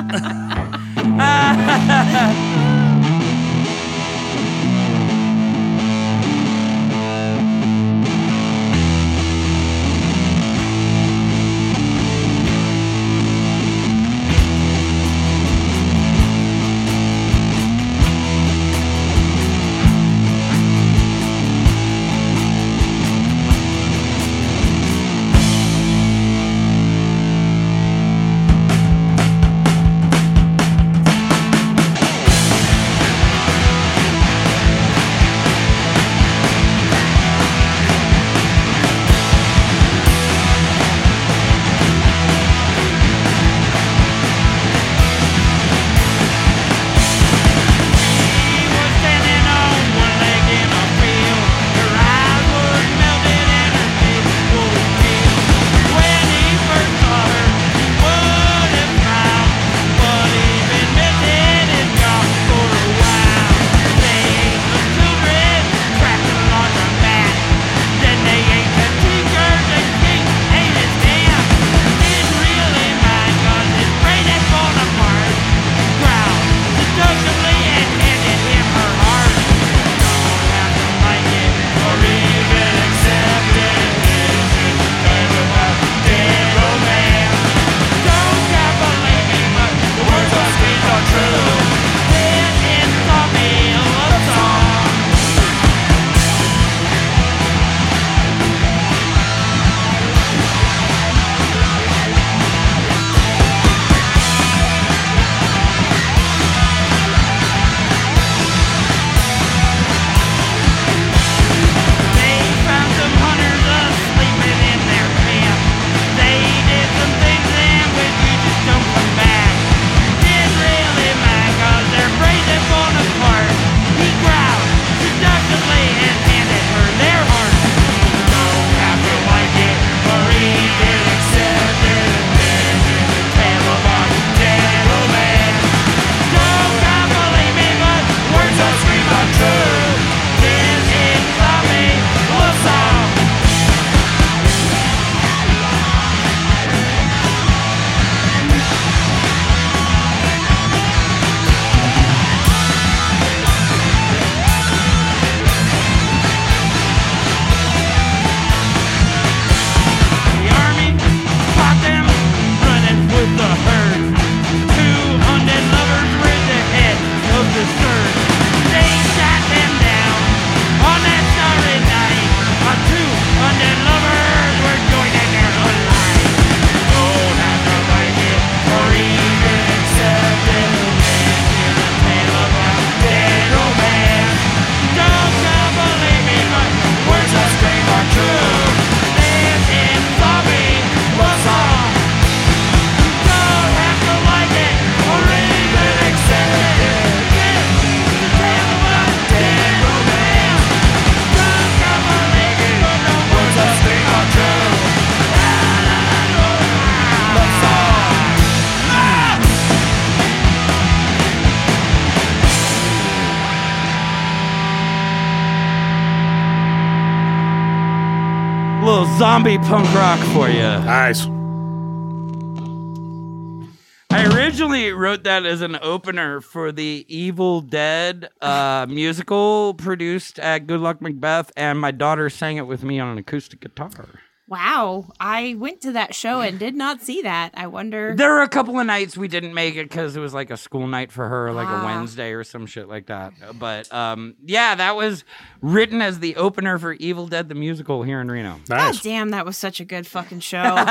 [SPEAKER 9] zombie punk rock for you.
[SPEAKER 7] Nice.
[SPEAKER 9] I originally wrote that as an opener for the Evil Dead uh, musical produced at Good Luck Macbeth, and my daughter sang it with me on an acoustic guitar.
[SPEAKER 3] Wow. I went to that show and did not see that. I wonder.
[SPEAKER 9] There were a couple of nights we didn't make it because it was like a school night for her, like
[SPEAKER 3] Ah.
[SPEAKER 9] a Wednesday or some shit like that. But um, yeah, that was written as the opener for Evil Dead the musical here in Reno.
[SPEAKER 3] God damn, that was such a good fucking show.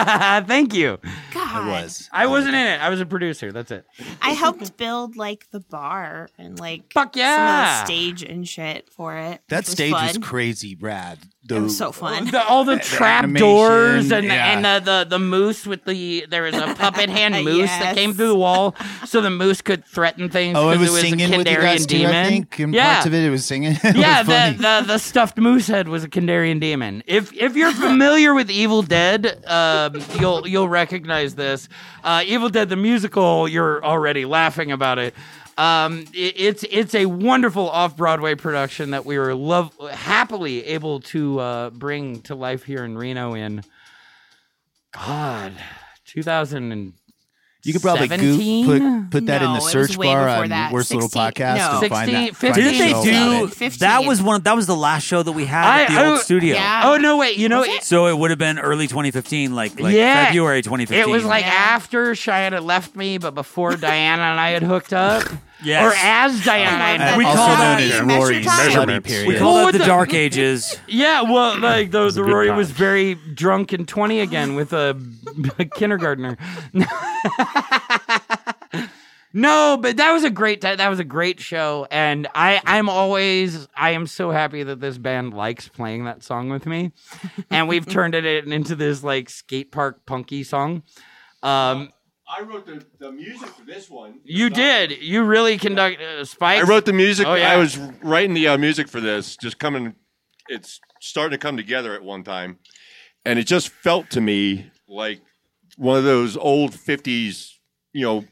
[SPEAKER 9] Thank you.
[SPEAKER 3] God.
[SPEAKER 9] I was. I wasn't in it. I was a producer. That's it.
[SPEAKER 3] I helped build like the bar and like
[SPEAKER 9] Fuck
[SPEAKER 3] some
[SPEAKER 9] yeah.
[SPEAKER 3] of the stage and shit for it.
[SPEAKER 12] That
[SPEAKER 3] which was
[SPEAKER 12] stage is
[SPEAKER 3] fun.
[SPEAKER 12] crazy rad.
[SPEAKER 3] It was so fun.
[SPEAKER 9] The- all the
[SPEAKER 12] The
[SPEAKER 9] trap
[SPEAKER 12] animation,
[SPEAKER 9] doors and
[SPEAKER 12] yeah.
[SPEAKER 9] and the, the the moose with the there was a puppet hand moose that came through the wall, so the moose could threaten things.
[SPEAKER 12] Oh, it
[SPEAKER 9] 'cause
[SPEAKER 12] was, singing with you
[SPEAKER 9] Kindarian
[SPEAKER 12] guys too, I
[SPEAKER 9] demon.
[SPEAKER 12] think. In
[SPEAKER 9] yeah,
[SPEAKER 12] parts of it, it was singing. It
[SPEAKER 9] yeah.
[SPEAKER 12] was funny.
[SPEAKER 9] The, the the stuffed moose head was a Kindarian demon. If if you're familiar with Evil Dead, um, you'll you'll recognize this. Uh, Evil Dead the musical. You're already laughing about it. Um, i- it's it's a wonderful off Broadway production that we were love happily able to uh, bring to life here in Reno in God 2000 and
[SPEAKER 12] You could probably
[SPEAKER 9] Seventeen?
[SPEAKER 12] Goop, put, put that
[SPEAKER 9] No,
[SPEAKER 12] in
[SPEAKER 9] it
[SPEAKER 12] the
[SPEAKER 9] was
[SPEAKER 12] search
[SPEAKER 9] way before
[SPEAKER 12] bar on
[SPEAKER 9] that.
[SPEAKER 12] Worst Little
[SPEAKER 9] 16
[SPEAKER 12] Podcast
[SPEAKER 9] no.
[SPEAKER 12] and find
[SPEAKER 9] 16,
[SPEAKER 12] that. find
[SPEAKER 8] Didn't
[SPEAKER 12] the
[SPEAKER 8] they
[SPEAKER 12] show
[SPEAKER 8] do
[SPEAKER 12] about it.
[SPEAKER 8] that? Was one? That was the last show that we had at
[SPEAKER 9] I-
[SPEAKER 8] the old
[SPEAKER 9] oh,
[SPEAKER 8] studio.
[SPEAKER 9] yeah. Oh, no, wait, you know, Was it?
[SPEAKER 8] so it would have been early 2015, like, like
[SPEAKER 9] Yeah.
[SPEAKER 8] February 2015.
[SPEAKER 9] It was like after Cheyenne had left me, but before Diana and I had hooked up.
[SPEAKER 8] Yes. Oh,
[SPEAKER 9] Or as Diana and I had
[SPEAKER 8] we
[SPEAKER 9] hooked
[SPEAKER 8] call
[SPEAKER 9] up.
[SPEAKER 8] that We call that the Dark Ages.
[SPEAKER 9] Yeah, well, like the, the
[SPEAKER 8] good
[SPEAKER 9] Rory
[SPEAKER 8] time.
[SPEAKER 9] was very drunk and 20 again with a, a kindergartner. no, but that was a great ti- that was a great show and I I'm always I am so happy that this band likes playing that song with me. And we've turned it in- into this like skate park punky song. Um
[SPEAKER 11] I wrote the, the music for this one.
[SPEAKER 9] you did. You really conduct uh, Spike.
[SPEAKER 11] I wrote the music.
[SPEAKER 9] Oh, yeah.
[SPEAKER 11] I was writing the uh, music for this. Just coming, it's starting to come together at one time, and it just felt to me like one of those old '50s, you know,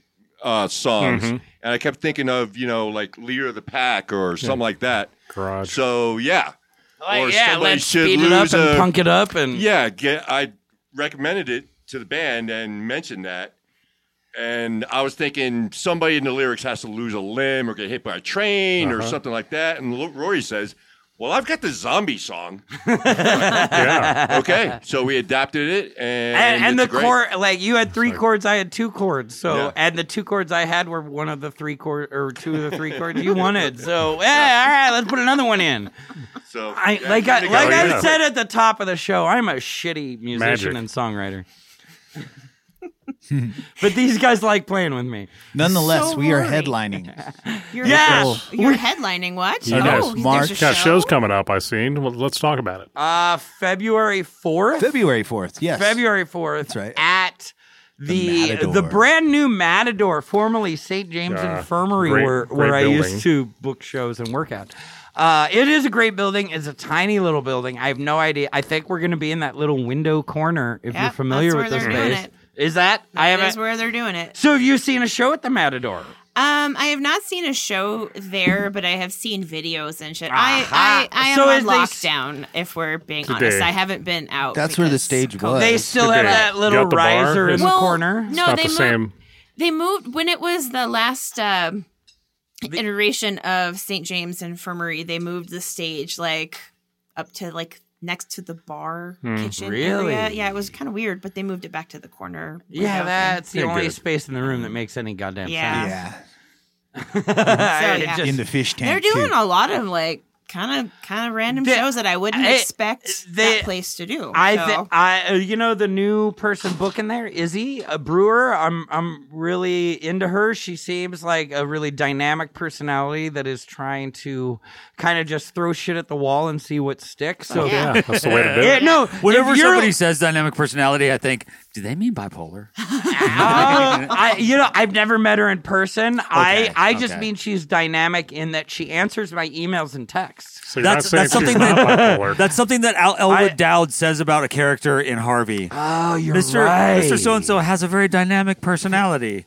[SPEAKER 11] uh, songs.
[SPEAKER 7] Mhm.
[SPEAKER 11] And I kept thinking of you know like Leader of the Pack or something like that.
[SPEAKER 7] Garage.
[SPEAKER 11] So yeah,
[SPEAKER 9] Like,
[SPEAKER 11] or
[SPEAKER 9] yeah,
[SPEAKER 11] somebody
[SPEAKER 9] let's
[SPEAKER 11] should
[SPEAKER 9] speed it up
[SPEAKER 11] lose
[SPEAKER 9] and
[SPEAKER 11] a-
[SPEAKER 9] punk it up and
[SPEAKER 11] yeah, get, I recommended it to the band and mentioned that. And I was thinking somebody in the lyrics has to lose a limb or get hit by a train or
[SPEAKER 7] Uh-huh.
[SPEAKER 11] something like that. And Lo- Rory says, Well, I've got the zombie song.
[SPEAKER 9] Yeah.
[SPEAKER 11] Okay. So we adapted it. And,
[SPEAKER 9] and, and the
[SPEAKER 11] it's great.
[SPEAKER 9] chord like you had three chords i had two chords so
[SPEAKER 11] Yeah.
[SPEAKER 9] and the two chords i had were one of the three chord or two of the three chords you wanted so yeah all right let's put another one in
[SPEAKER 11] So
[SPEAKER 9] I,
[SPEAKER 11] yeah,
[SPEAKER 9] like
[SPEAKER 11] here
[SPEAKER 9] I,
[SPEAKER 11] we go.
[SPEAKER 9] like I
[SPEAKER 11] Yeah.
[SPEAKER 9] said at the top of the show, I'm a shitty musician
[SPEAKER 11] Magic.
[SPEAKER 9] and songwriter. but these guys like playing with me.
[SPEAKER 12] Nonetheless,
[SPEAKER 3] So
[SPEAKER 12] we are
[SPEAKER 3] boring.
[SPEAKER 12] headlining.
[SPEAKER 3] You're,
[SPEAKER 9] Yeah.
[SPEAKER 3] oh, you're headlining what?
[SPEAKER 7] You guys,
[SPEAKER 3] oh,
[SPEAKER 7] Mark,
[SPEAKER 3] there's a
[SPEAKER 7] got
[SPEAKER 3] show?
[SPEAKER 7] shows coming up. I seen. Well, let's talk about it.
[SPEAKER 9] Uh February 4th.
[SPEAKER 12] February fourth. Yes.
[SPEAKER 9] February 4th
[SPEAKER 12] That's right.
[SPEAKER 9] at the the,
[SPEAKER 12] Matador.
[SPEAKER 9] brand new Matador, formerly St. James
[SPEAKER 12] Yeah,
[SPEAKER 9] Infirmary,
[SPEAKER 12] great-
[SPEAKER 9] where,
[SPEAKER 12] great
[SPEAKER 9] where I
[SPEAKER 12] building.
[SPEAKER 9] used to book shows and work at. Uh, it is a great building. It's a tiny little building. I have no idea. I think we're going to be in that little window corner if
[SPEAKER 3] Yeah,
[SPEAKER 9] you're familiar
[SPEAKER 3] that's
[SPEAKER 9] with
[SPEAKER 3] where
[SPEAKER 9] this
[SPEAKER 3] they're doing
[SPEAKER 9] space.
[SPEAKER 3] it.
[SPEAKER 9] Is that? I
[SPEAKER 3] That is
[SPEAKER 9] haven't.
[SPEAKER 3] where they're doing it.
[SPEAKER 9] So have you seen a show at the Matador?
[SPEAKER 3] Um, I have not seen a show there, but I have seen videos and shit. I,
[SPEAKER 9] Aha.
[SPEAKER 3] I, I am
[SPEAKER 9] So
[SPEAKER 3] on
[SPEAKER 9] is they s-
[SPEAKER 3] lockdown. If we're being
[SPEAKER 12] Today.
[SPEAKER 3] honest, I haven't been out.
[SPEAKER 12] That's where the stage was.
[SPEAKER 9] They still have that little
[SPEAKER 12] got the bar
[SPEAKER 9] riser in
[SPEAKER 12] and-
[SPEAKER 9] the
[SPEAKER 12] Well,
[SPEAKER 9] corner.
[SPEAKER 3] no, they moved, They moved when it was the last um iteration of St. James Infirmary. They moved the stage like up to like next to the bar
[SPEAKER 9] Hmm,
[SPEAKER 3] kitchen
[SPEAKER 9] really?
[SPEAKER 3] area. Yeah, it was kind of weird, but they moved it back to the corner.
[SPEAKER 9] Yeah,
[SPEAKER 3] window
[SPEAKER 9] that's the
[SPEAKER 3] thing.
[SPEAKER 9] only space in the room that makes any goddamn
[SPEAKER 3] Yeah.
[SPEAKER 9] sense.
[SPEAKER 3] So,
[SPEAKER 9] It
[SPEAKER 3] yeah.
[SPEAKER 9] just-
[SPEAKER 12] in the fish
[SPEAKER 3] They're
[SPEAKER 12] tank.
[SPEAKER 3] doing
[SPEAKER 12] too.
[SPEAKER 3] a lot of like kind of kind of random shows that I wouldn't
[SPEAKER 9] I-
[SPEAKER 3] expect
[SPEAKER 9] they-
[SPEAKER 3] that place to do.
[SPEAKER 9] I,
[SPEAKER 3] so.
[SPEAKER 9] thi- I, uh, you know, the new person booking there, Izzy, a brewer. I'm, I'm really into her. She seems like a really dynamic personality that is trying to kind of just throw shit at the wall and see what sticks. So
[SPEAKER 7] Yeah, that's the way to do it.
[SPEAKER 9] Yeah, no, if
[SPEAKER 8] Whenever
[SPEAKER 9] you're-
[SPEAKER 8] somebody says dynamic personality, I think, do they mean bipolar?
[SPEAKER 9] Uh, I, you know, I've never met her in person. I,
[SPEAKER 8] Okay,
[SPEAKER 9] I just
[SPEAKER 8] okay.
[SPEAKER 9] mean she's dynamic in that she answers my emails and texts.
[SPEAKER 7] So you're
[SPEAKER 8] That's
[SPEAKER 7] not
[SPEAKER 8] that's
[SPEAKER 7] saying she's
[SPEAKER 8] something
[SPEAKER 7] not
[SPEAKER 8] that
[SPEAKER 7] bipolar.
[SPEAKER 8] that's something that Al Elwood Dowd says about a character in Harvey.
[SPEAKER 9] Oh, you're
[SPEAKER 8] Mr.
[SPEAKER 9] right.
[SPEAKER 8] Mr. So and So has a very dynamic personality.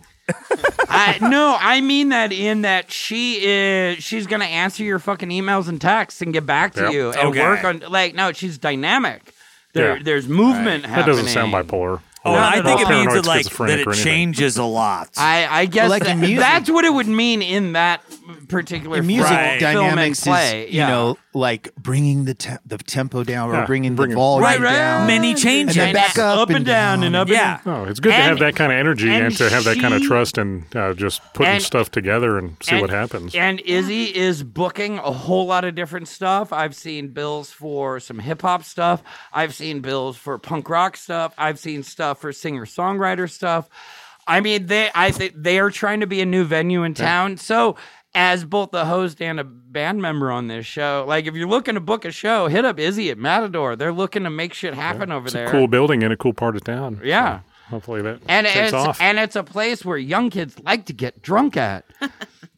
[SPEAKER 9] I, no, I mean that in that she is she's gonna answer your fucking emails and texts and get back to
[SPEAKER 8] Yep.
[SPEAKER 9] you and
[SPEAKER 8] Okay.
[SPEAKER 9] work on like no, she's dynamic. There,
[SPEAKER 7] Yeah.
[SPEAKER 9] There's movement
[SPEAKER 7] That doesn't sound
[SPEAKER 9] happening.
[SPEAKER 7] bipolar.
[SPEAKER 8] Oh,
[SPEAKER 7] Or-
[SPEAKER 8] I think
[SPEAKER 7] or
[SPEAKER 8] it means
[SPEAKER 7] paranoid
[SPEAKER 8] that like
[SPEAKER 7] schizophrenic
[SPEAKER 8] that it
[SPEAKER 7] or anything.
[SPEAKER 8] changes a lot.
[SPEAKER 9] I, I guess
[SPEAKER 12] like in
[SPEAKER 9] that-
[SPEAKER 12] music.
[SPEAKER 9] that's what it would mean in that particular
[SPEAKER 12] The music
[SPEAKER 9] film and
[SPEAKER 12] dynamics
[SPEAKER 9] play.
[SPEAKER 12] is
[SPEAKER 9] yeah.
[SPEAKER 12] you know like bringing the te- the tempo down or
[SPEAKER 7] Yeah,
[SPEAKER 12] bringing
[SPEAKER 7] bring
[SPEAKER 12] the
[SPEAKER 7] it-
[SPEAKER 12] volume
[SPEAKER 7] Right,
[SPEAKER 8] right.
[SPEAKER 12] down.
[SPEAKER 8] Many changes.
[SPEAKER 12] and then back up,
[SPEAKER 9] up and down and up
[SPEAKER 8] Yeah.
[SPEAKER 9] and
[SPEAKER 7] No, Oh, it's good to have
[SPEAKER 9] And-
[SPEAKER 7] that kind of energy
[SPEAKER 9] and
[SPEAKER 7] and, to have that kind of
[SPEAKER 9] she-
[SPEAKER 7] trust and uh, just putting
[SPEAKER 9] and-
[SPEAKER 7] stuff together and see
[SPEAKER 9] and-
[SPEAKER 7] what happens.
[SPEAKER 9] And Izzy is booking a whole lot of different stuff. I've seen bills for some hip hop stuff. I've seen bills for punk rock stuff. I've seen stuff for singer songwriter stuff. I mean, they I think they are trying to be a new venue in town. So as both the host and a band member on this show, like if you're looking to book a show, hit up Izzy at Matador. They're looking to make shit happen over
[SPEAKER 7] It's
[SPEAKER 9] there.
[SPEAKER 7] a cool building in a cool part of town.
[SPEAKER 9] Yeah.
[SPEAKER 7] Hopefully that
[SPEAKER 9] and
[SPEAKER 7] takes
[SPEAKER 9] it's
[SPEAKER 7] off.
[SPEAKER 9] and it's a place where young kids like to get drunk at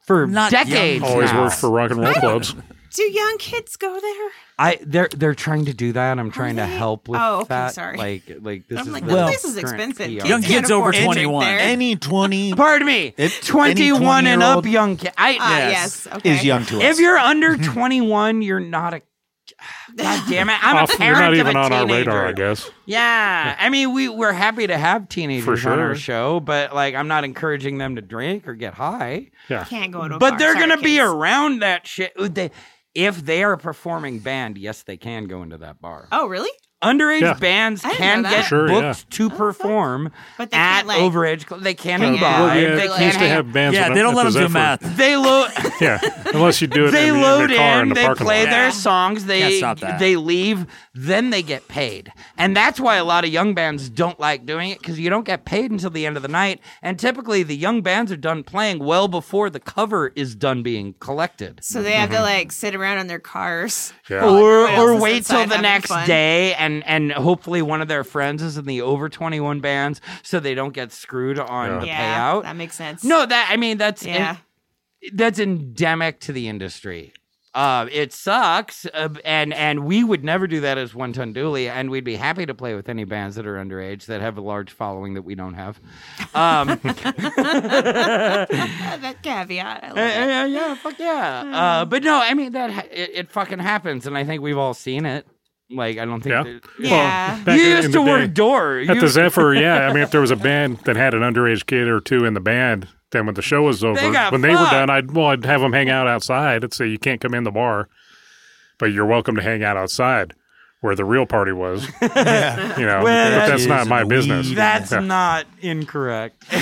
[SPEAKER 9] for
[SPEAKER 8] Not young
[SPEAKER 9] decades.
[SPEAKER 7] Always
[SPEAKER 9] now.
[SPEAKER 7] worked for rock and roll clubs.
[SPEAKER 3] Do young kids go there?
[SPEAKER 9] I they're they're trying to do that. I'm trying to help with
[SPEAKER 3] Oh, okay,
[SPEAKER 9] that.
[SPEAKER 3] sorry.
[SPEAKER 9] Like like this
[SPEAKER 3] I'm
[SPEAKER 9] is
[SPEAKER 3] like,
[SPEAKER 9] the
[SPEAKER 3] this place is
[SPEAKER 9] current
[SPEAKER 3] expensive.
[SPEAKER 9] PR.
[SPEAKER 3] Kids Young can't kids over afford to drink 21. there.
[SPEAKER 12] Any twenty
[SPEAKER 9] Pardon me.
[SPEAKER 12] If any
[SPEAKER 9] 21 and
[SPEAKER 12] 20-year-old
[SPEAKER 9] up young kid. I
[SPEAKER 3] Ah,
[SPEAKER 9] yes.
[SPEAKER 3] yes. Okay.
[SPEAKER 12] is young to us.
[SPEAKER 9] If you're under 21, you're not a God damn it. I'm a
[SPEAKER 7] Off- you're
[SPEAKER 9] parent
[SPEAKER 7] not
[SPEAKER 9] of
[SPEAKER 7] even
[SPEAKER 9] a
[SPEAKER 7] on our
[SPEAKER 9] teenager.
[SPEAKER 7] radar, I guess.
[SPEAKER 9] Yeah. I mean, we we're happy to have teenagers
[SPEAKER 7] For
[SPEAKER 9] on
[SPEAKER 7] sure.
[SPEAKER 9] our show, but like I'm not encouraging them to drink or get high.
[SPEAKER 7] Yeah.
[SPEAKER 3] Can't go to. A
[SPEAKER 9] But
[SPEAKER 3] bar.
[SPEAKER 9] they're
[SPEAKER 3] Sorry,
[SPEAKER 9] gonna be
[SPEAKER 3] kids.
[SPEAKER 9] around that shit. Ooh, They, if they are a performing band, yes, they can go into that bar.
[SPEAKER 3] Oh, really?
[SPEAKER 9] Underage
[SPEAKER 7] Yeah.
[SPEAKER 9] bands
[SPEAKER 3] I didn't
[SPEAKER 9] can
[SPEAKER 3] know that. Oh,
[SPEAKER 9] get
[SPEAKER 7] Sure,
[SPEAKER 9] booked
[SPEAKER 7] yeah.
[SPEAKER 9] to perform
[SPEAKER 3] But they
[SPEAKER 9] at
[SPEAKER 3] can't, like-
[SPEAKER 9] overage. cl- They can't
[SPEAKER 3] Can't
[SPEAKER 9] vibe.
[SPEAKER 3] Yeah,
[SPEAKER 7] well, yeah,
[SPEAKER 9] they
[SPEAKER 3] like-
[SPEAKER 7] they
[SPEAKER 9] can't
[SPEAKER 7] used to
[SPEAKER 9] hang-
[SPEAKER 7] have bands.
[SPEAKER 8] yeah,
[SPEAKER 7] with
[SPEAKER 8] they don't let them
[SPEAKER 7] Memphis
[SPEAKER 8] do
[SPEAKER 7] effort.
[SPEAKER 8] math.
[SPEAKER 9] They load.
[SPEAKER 7] Yeah, unless you do it
[SPEAKER 9] They
[SPEAKER 7] in, the,
[SPEAKER 9] load
[SPEAKER 7] in their car in,
[SPEAKER 9] in.
[SPEAKER 7] the
[SPEAKER 9] they
[SPEAKER 7] parking
[SPEAKER 9] play
[SPEAKER 7] lot.
[SPEAKER 9] their songs.
[SPEAKER 8] Can't
[SPEAKER 9] They
[SPEAKER 8] stop that.
[SPEAKER 9] they leave. Then they get paid, and that's why a lot of young bands don't like doing it because you don't get paid until the end of the night. And typically, the young bands are done playing well before the cover is done being collected.
[SPEAKER 3] So they have
[SPEAKER 12] Mm-hmm.
[SPEAKER 3] to like sit around in their cars.
[SPEAKER 7] Yeah.
[SPEAKER 9] Mm-hmm. or
[SPEAKER 3] Everyone
[SPEAKER 9] or
[SPEAKER 3] else is
[SPEAKER 9] wait till
[SPEAKER 3] inside
[SPEAKER 9] the
[SPEAKER 3] having
[SPEAKER 9] next
[SPEAKER 3] fun.
[SPEAKER 9] day and and hopefully one of their friends is in the over 21 bands so they don't get screwed on the
[SPEAKER 3] Yeah,
[SPEAKER 9] payout
[SPEAKER 3] that makes sense.
[SPEAKER 9] no that i mean that's en-
[SPEAKER 3] Yeah.
[SPEAKER 9] that's endemic to the industry uh, it sucks, uh, and and we would never do that as one ton Dooley, and we'd be happy to play with any bands that are underage that have a large following that we don't have. Um,
[SPEAKER 3] that caveat. I love
[SPEAKER 9] Yeah,
[SPEAKER 3] it.
[SPEAKER 9] yeah, uh, yeah, fuck yeah. Uh, but no, I mean that ha- it, it fucking happens, and I think we've all seen it. Like, I don't think.
[SPEAKER 7] Yeah.
[SPEAKER 9] that-
[SPEAKER 3] Yeah.
[SPEAKER 7] back
[SPEAKER 9] you
[SPEAKER 7] in-
[SPEAKER 9] used
[SPEAKER 7] in
[SPEAKER 9] to
[SPEAKER 7] the
[SPEAKER 9] work
[SPEAKER 7] day,
[SPEAKER 9] door.
[SPEAKER 7] At
[SPEAKER 9] You-
[SPEAKER 7] the Zephyr, yeah. I mean, if there was a band that had an underage kid or two in the band, then when the show was over, when
[SPEAKER 9] got
[SPEAKER 7] they were
[SPEAKER 9] fucked.
[SPEAKER 7] done, I'd well, I'd have them hang out outside. I'd say you can't come in the bar, but you're welcome to hang out outside where the real party was. You know,
[SPEAKER 9] Well,
[SPEAKER 7] but that's not
[SPEAKER 12] is
[SPEAKER 7] my business.
[SPEAKER 12] weed.
[SPEAKER 9] that's
[SPEAKER 7] Yeah.
[SPEAKER 9] not incorrect.
[SPEAKER 7] But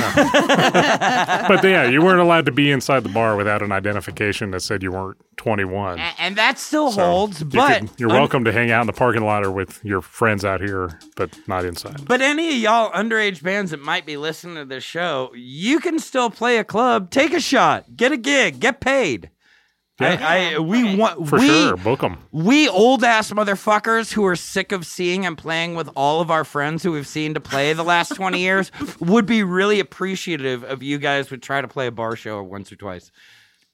[SPEAKER 7] yeah, you weren't allowed to be inside the bar without an identification that said you weren't 21.
[SPEAKER 9] A- and that still
[SPEAKER 7] So
[SPEAKER 9] holds,
[SPEAKER 7] you
[SPEAKER 9] but.
[SPEAKER 7] could- you're welcome to hang out in the parking lot or with your friends out here, but not inside.
[SPEAKER 9] But any of y'all underage bands that might be listening to this show, you can still play a club, take a shot, get a gig, get paid. I, I we want
[SPEAKER 7] For
[SPEAKER 9] we,
[SPEAKER 7] sure, book them.
[SPEAKER 9] We old ass motherfuckers who are sick of seeing and playing with all of our friends who we've seen to play the last 20 years would be really appreciative of you guys would try to play a bar show once or twice.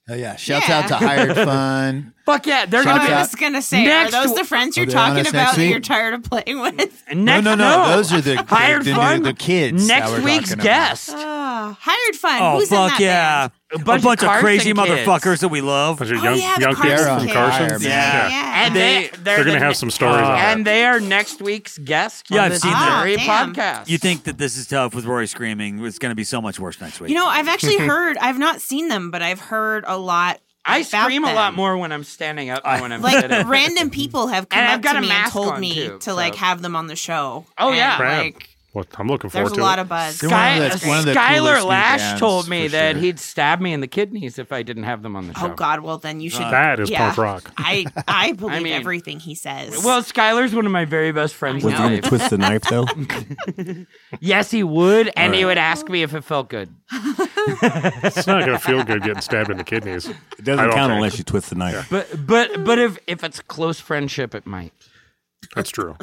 [SPEAKER 12] Oh, yeah, shouts
[SPEAKER 3] Yeah.
[SPEAKER 12] out to Hired Fun.
[SPEAKER 9] Fuck yeah, they're
[SPEAKER 12] Shout
[SPEAKER 9] gonna be
[SPEAKER 3] I
[SPEAKER 12] out.
[SPEAKER 3] was gonna say,
[SPEAKER 9] Next
[SPEAKER 3] are those
[SPEAKER 9] w-
[SPEAKER 3] the friends
[SPEAKER 12] Are
[SPEAKER 3] you're
[SPEAKER 12] they on
[SPEAKER 3] talking
[SPEAKER 12] us
[SPEAKER 3] about
[SPEAKER 12] next
[SPEAKER 3] that
[SPEAKER 12] week?
[SPEAKER 3] you're tired of playing with?
[SPEAKER 9] next.
[SPEAKER 12] no, no, no, those are the
[SPEAKER 9] hired
[SPEAKER 12] the,
[SPEAKER 9] fun.
[SPEAKER 12] the kids. that
[SPEAKER 9] Next
[SPEAKER 12] we're
[SPEAKER 9] week's
[SPEAKER 12] talking about.
[SPEAKER 9] guest.
[SPEAKER 3] Ah, hired fun.
[SPEAKER 8] Oh
[SPEAKER 3] Who's in
[SPEAKER 8] fuck
[SPEAKER 3] that
[SPEAKER 8] yeah!
[SPEAKER 3] band?
[SPEAKER 8] A
[SPEAKER 9] bunch
[SPEAKER 8] bunch,
[SPEAKER 9] of
[SPEAKER 8] of,
[SPEAKER 9] Carson
[SPEAKER 8] crazy
[SPEAKER 9] kids.
[SPEAKER 8] motherfuckers that we love.
[SPEAKER 7] Bunch of
[SPEAKER 3] Oh,
[SPEAKER 7] young,
[SPEAKER 3] yeah, the
[SPEAKER 7] young kids
[SPEAKER 12] Carson
[SPEAKER 7] from
[SPEAKER 12] kids.
[SPEAKER 7] Carson's.
[SPEAKER 12] Yeah.
[SPEAKER 8] Yeah.
[SPEAKER 9] And they, they're,
[SPEAKER 7] They're going
[SPEAKER 9] the
[SPEAKER 7] to have some stories on
[SPEAKER 9] And
[SPEAKER 7] that.
[SPEAKER 9] they are next week's guest
[SPEAKER 8] Yeah,
[SPEAKER 9] on
[SPEAKER 8] I've
[SPEAKER 9] this
[SPEAKER 8] seen
[SPEAKER 3] that.
[SPEAKER 9] very
[SPEAKER 3] Ah, damn.
[SPEAKER 9] podcast.
[SPEAKER 8] You think that this is tough with Rory screaming? It's going to be so much worse next week.
[SPEAKER 3] You know, I've actually heard. I've not seen them, but I've heard a lot.
[SPEAKER 9] I
[SPEAKER 3] about
[SPEAKER 9] scream a lot
[SPEAKER 3] them.
[SPEAKER 9] more when I'm standing up than when I'm
[SPEAKER 3] Like
[SPEAKER 9] sitting.
[SPEAKER 3] random people have come
[SPEAKER 9] And I've
[SPEAKER 3] up
[SPEAKER 9] got
[SPEAKER 3] to
[SPEAKER 9] a
[SPEAKER 3] me and
[SPEAKER 9] mask
[SPEAKER 3] told
[SPEAKER 9] on,
[SPEAKER 3] me
[SPEAKER 9] too,
[SPEAKER 3] to like
[SPEAKER 9] so.
[SPEAKER 3] have them on the show.
[SPEAKER 9] Oh, yeah.
[SPEAKER 3] And,
[SPEAKER 7] Crap.
[SPEAKER 3] like
[SPEAKER 7] Well, I'm looking forward
[SPEAKER 3] there's
[SPEAKER 7] to
[SPEAKER 3] a lot
[SPEAKER 7] it.
[SPEAKER 3] of buzz.
[SPEAKER 12] They're one of the- one of the
[SPEAKER 9] uh, Skylar
[SPEAKER 12] coolest new
[SPEAKER 9] Lash
[SPEAKER 12] bands,
[SPEAKER 9] told me
[SPEAKER 12] for
[SPEAKER 9] that
[SPEAKER 12] sure.
[SPEAKER 9] he'd stab me in the kidneys if I didn't have them on the show.
[SPEAKER 3] Oh God! Well, then you should.
[SPEAKER 7] That is punk rock.
[SPEAKER 3] I I believe
[SPEAKER 9] mean-
[SPEAKER 3] everything he says.
[SPEAKER 9] Well, Skylar's one of my very best friends.
[SPEAKER 3] I
[SPEAKER 9] in
[SPEAKER 3] Was he gonna
[SPEAKER 9] life.
[SPEAKER 6] twist the knife though?
[SPEAKER 9] yes, he would, and he would ask me if it felt good.
[SPEAKER 7] It's not going to feel good getting stabbed in the kidneys.
[SPEAKER 6] It
[SPEAKER 7] I
[SPEAKER 6] doesn't
[SPEAKER 7] don't
[SPEAKER 6] count
[SPEAKER 7] think.
[SPEAKER 6] unless you twist the knife.
[SPEAKER 9] But but but if if it's close friendship, it might.
[SPEAKER 7] That's true.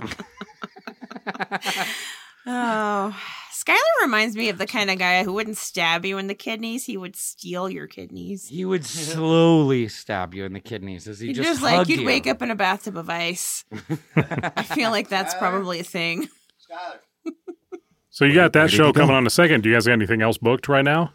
[SPEAKER 3] oh, Skylar reminds me of the kind of guy who wouldn't stab you in the kidneys. He would steal your kidneys.
[SPEAKER 9] He would slowly stab you in the kidneys as he
[SPEAKER 3] You'd
[SPEAKER 9] just,
[SPEAKER 3] just, like
[SPEAKER 9] hugged
[SPEAKER 3] you'd
[SPEAKER 9] you.
[SPEAKER 3] wake up in a bathtub of ice. I feel like that's probably a thing.
[SPEAKER 7] So you got that
[SPEAKER 6] Ready to
[SPEAKER 7] show
[SPEAKER 6] go.
[SPEAKER 7] coming on the second. Do you guys got anything else booked right now?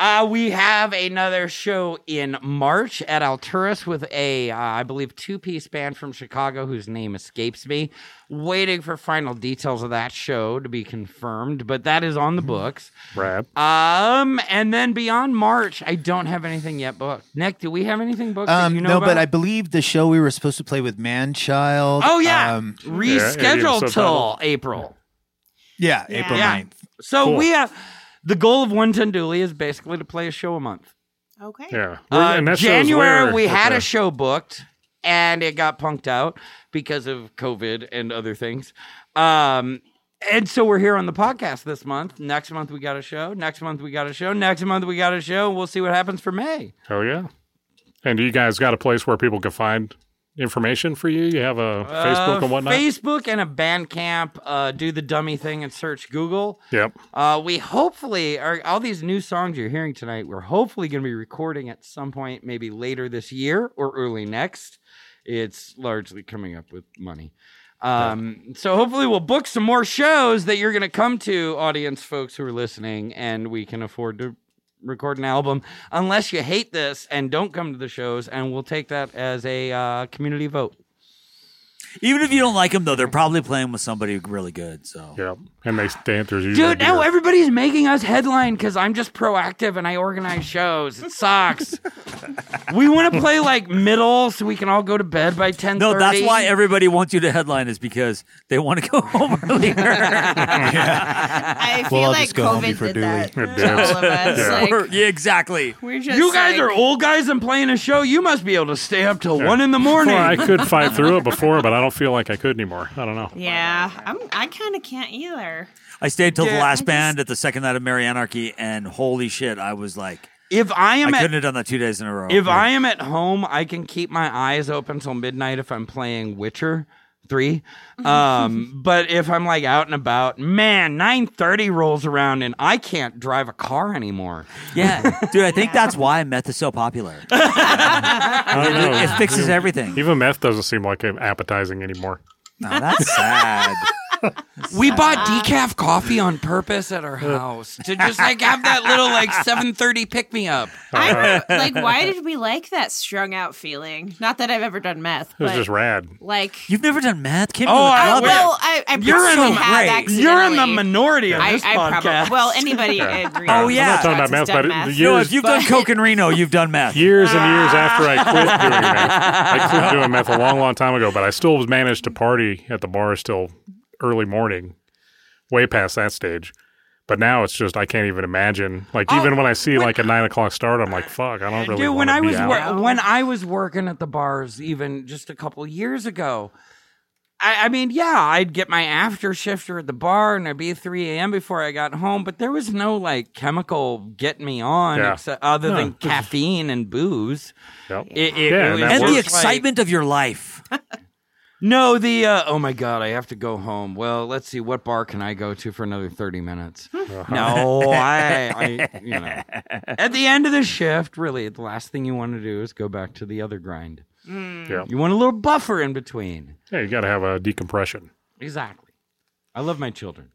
[SPEAKER 9] Uh, we have another show in March at Alturas with a, uh, I believe, two piece band from Chicago whose name escapes me. Waiting for final details of that show to be confirmed, but that is on the books.
[SPEAKER 7] Right.
[SPEAKER 9] Um, and then beyond March, I don't have anything yet booked. Nick, do we have anything booked? that
[SPEAKER 12] Um,
[SPEAKER 9] you know
[SPEAKER 12] no,
[SPEAKER 9] about?
[SPEAKER 12] but I believe the show we were supposed to play with Manchild.
[SPEAKER 9] Oh yeah,
[SPEAKER 12] um,
[SPEAKER 9] rescheduled till April.
[SPEAKER 12] Yeah, April 9th.
[SPEAKER 9] So
[SPEAKER 12] Cool.
[SPEAKER 9] we have the goal of one Tenduli is basically to play a show a month.
[SPEAKER 3] Okay.
[SPEAKER 7] Yeah.
[SPEAKER 9] Uh,
[SPEAKER 7] and that show's
[SPEAKER 9] January
[SPEAKER 7] where?
[SPEAKER 9] we
[SPEAKER 7] At
[SPEAKER 9] had
[SPEAKER 7] the-
[SPEAKER 9] a show booked and it got punked out because of COVID and other things. Um, and so we're here on the podcast this month. Next month we got a show. Next month we got a show. Next month we got a show. We'll see what happens for May.
[SPEAKER 7] Oh yeah. And you guys got a place where people can find information for you? You have a Facebook
[SPEAKER 9] Uh,
[SPEAKER 7] and whatnot.
[SPEAKER 9] Facebook and a Bandcamp. Uh, do the dummy thing and search Google.
[SPEAKER 7] Yep.
[SPEAKER 9] Uh, we hopefully are all these new songs you're hearing tonight. We're hopefully going to be recording at some point, maybe later this year or early next. It's largely coming up with money. Um, so hopefully we'll book some more shows that you're going to come to, audience folks who are listening, and we can afford to record an album. Unless you hate this and don't come to the shows, and we'll take that as a uh, community vote.
[SPEAKER 8] Even if you don't like them, though, they're probably playing with somebody really good. So
[SPEAKER 7] yeah, and they stand through
[SPEAKER 9] Dude, now everybody's making us headline because I'm just proactive and I organize shows. It sucks. we want to play like middle so we can all go to bed by 10
[SPEAKER 8] No, that's why everybody wants you to headline is because they want to go home earlier.
[SPEAKER 3] I feel
[SPEAKER 8] Well, I'll
[SPEAKER 3] like
[SPEAKER 8] just go home
[SPEAKER 3] COVID
[SPEAKER 8] before
[SPEAKER 3] did that
[SPEAKER 8] Dooley. It
[SPEAKER 3] to all of us.
[SPEAKER 8] Yeah.
[SPEAKER 3] Like,
[SPEAKER 8] yeah, exactly.
[SPEAKER 3] we're just
[SPEAKER 9] you guys
[SPEAKER 3] like-
[SPEAKER 9] are old guys and playing a show. You must be able to stay up till one in the morning.
[SPEAKER 7] Well, I could fight through it before, but I don't feel like I could anymore. I don't know.
[SPEAKER 3] Yeah, I'm. I kind of can't either.
[SPEAKER 8] I stayed till the
[SPEAKER 3] Yeah,
[SPEAKER 8] last
[SPEAKER 3] I just-
[SPEAKER 8] band at the second night of Merry Anarchy, and holy shit, I was like,
[SPEAKER 9] If I am
[SPEAKER 8] I
[SPEAKER 9] at-
[SPEAKER 8] couldn't have done that two days in a row.
[SPEAKER 9] If I am at home, I can keep my eyes open till midnight if I'm playing Witcher three. Um, but if I'm like out and about, man, nine thirty rolls around and I can't drive a car anymore.
[SPEAKER 8] yeah, dude, I think that's why meth is so popular.
[SPEAKER 7] I don't
[SPEAKER 8] It-
[SPEAKER 7] know.
[SPEAKER 8] it fixes
[SPEAKER 7] Even-
[SPEAKER 8] everything.
[SPEAKER 7] Even meth doesn't seem like appetizing anymore.
[SPEAKER 8] No, that's sad.
[SPEAKER 9] We bought decaf coffee on purpose at our house to just like have that little like seven thirty pick me up.
[SPEAKER 7] I
[SPEAKER 3] don't- like, why did we like that strung out feeling? Not that I've ever done meth,
[SPEAKER 7] It was
[SPEAKER 3] but
[SPEAKER 7] just rad.
[SPEAKER 3] like,
[SPEAKER 8] You've never done meth? Kim, you
[SPEAKER 9] Oh,
[SPEAKER 8] would
[SPEAKER 9] I
[SPEAKER 8] love
[SPEAKER 9] will.
[SPEAKER 8] it.
[SPEAKER 3] well, I, I
[SPEAKER 9] You're in
[SPEAKER 3] probably
[SPEAKER 9] the-
[SPEAKER 3] have
[SPEAKER 9] right. You're in the
[SPEAKER 3] accidentally.
[SPEAKER 9] minority of
[SPEAKER 3] I,
[SPEAKER 9] this
[SPEAKER 3] I probably-
[SPEAKER 9] podcast.
[SPEAKER 3] well, anybody
[SPEAKER 7] Yeah.
[SPEAKER 3] agrees.
[SPEAKER 8] Oh, yeah.
[SPEAKER 7] I'm not talking about meth,
[SPEAKER 3] Jackson's
[SPEAKER 7] but
[SPEAKER 3] done
[SPEAKER 7] it- the
[SPEAKER 3] meth.
[SPEAKER 7] years,
[SPEAKER 8] no, if you've done coke and Reno, you've done meth.
[SPEAKER 7] years and
[SPEAKER 9] Ah.
[SPEAKER 7] years after I quit doing meth, I quit doing meth a long, long time ago. But I still managed to party at the bars till early morning, way past that stage. But now it's just I can't even imagine. Like even when I see like a nine o'clock start, I'm like, fuck, I don't really.
[SPEAKER 9] Oh, Dude, when
[SPEAKER 7] wanna
[SPEAKER 9] I
[SPEAKER 7] be
[SPEAKER 9] was
[SPEAKER 7] out.
[SPEAKER 9] wor- when I was working at the bars, even just a couple years ago, I, I mean, yeah, I'd get my after shifter at the bar, and it'd be three a.m. before I got home. But there was no like chemical getting me on,
[SPEAKER 8] Yeah.
[SPEAKER 9] except, other
[SPEAKER 8] No.
[SPEAKER 9] than caffeine and booze. It- it- it was
[SPEAKER 8] and
[SPEAKER 9] just
[SPEAKER 8] the
[SPEAKER 9] like-
[SPEAKER 8] excitement of your life.
[SPEAKER 9] no, the uh, oh my god, I have to go home. Well, let's see, what bar can I go to for another thirty minutes?
[SPEAKER 7] Uh-huh.
[SPEAKER 9] no, I, I, you know, at the end of the shift, really, the last thing you want to do is go back to the other grind.
[SPEAKER 7] Mm. Yeah.
[SPEAKER 9] You want a little buffer in between.
[SPEAKER 7] Yeah, you got to have a decompression.
[SPEAKER 9] Exactly. I love my children.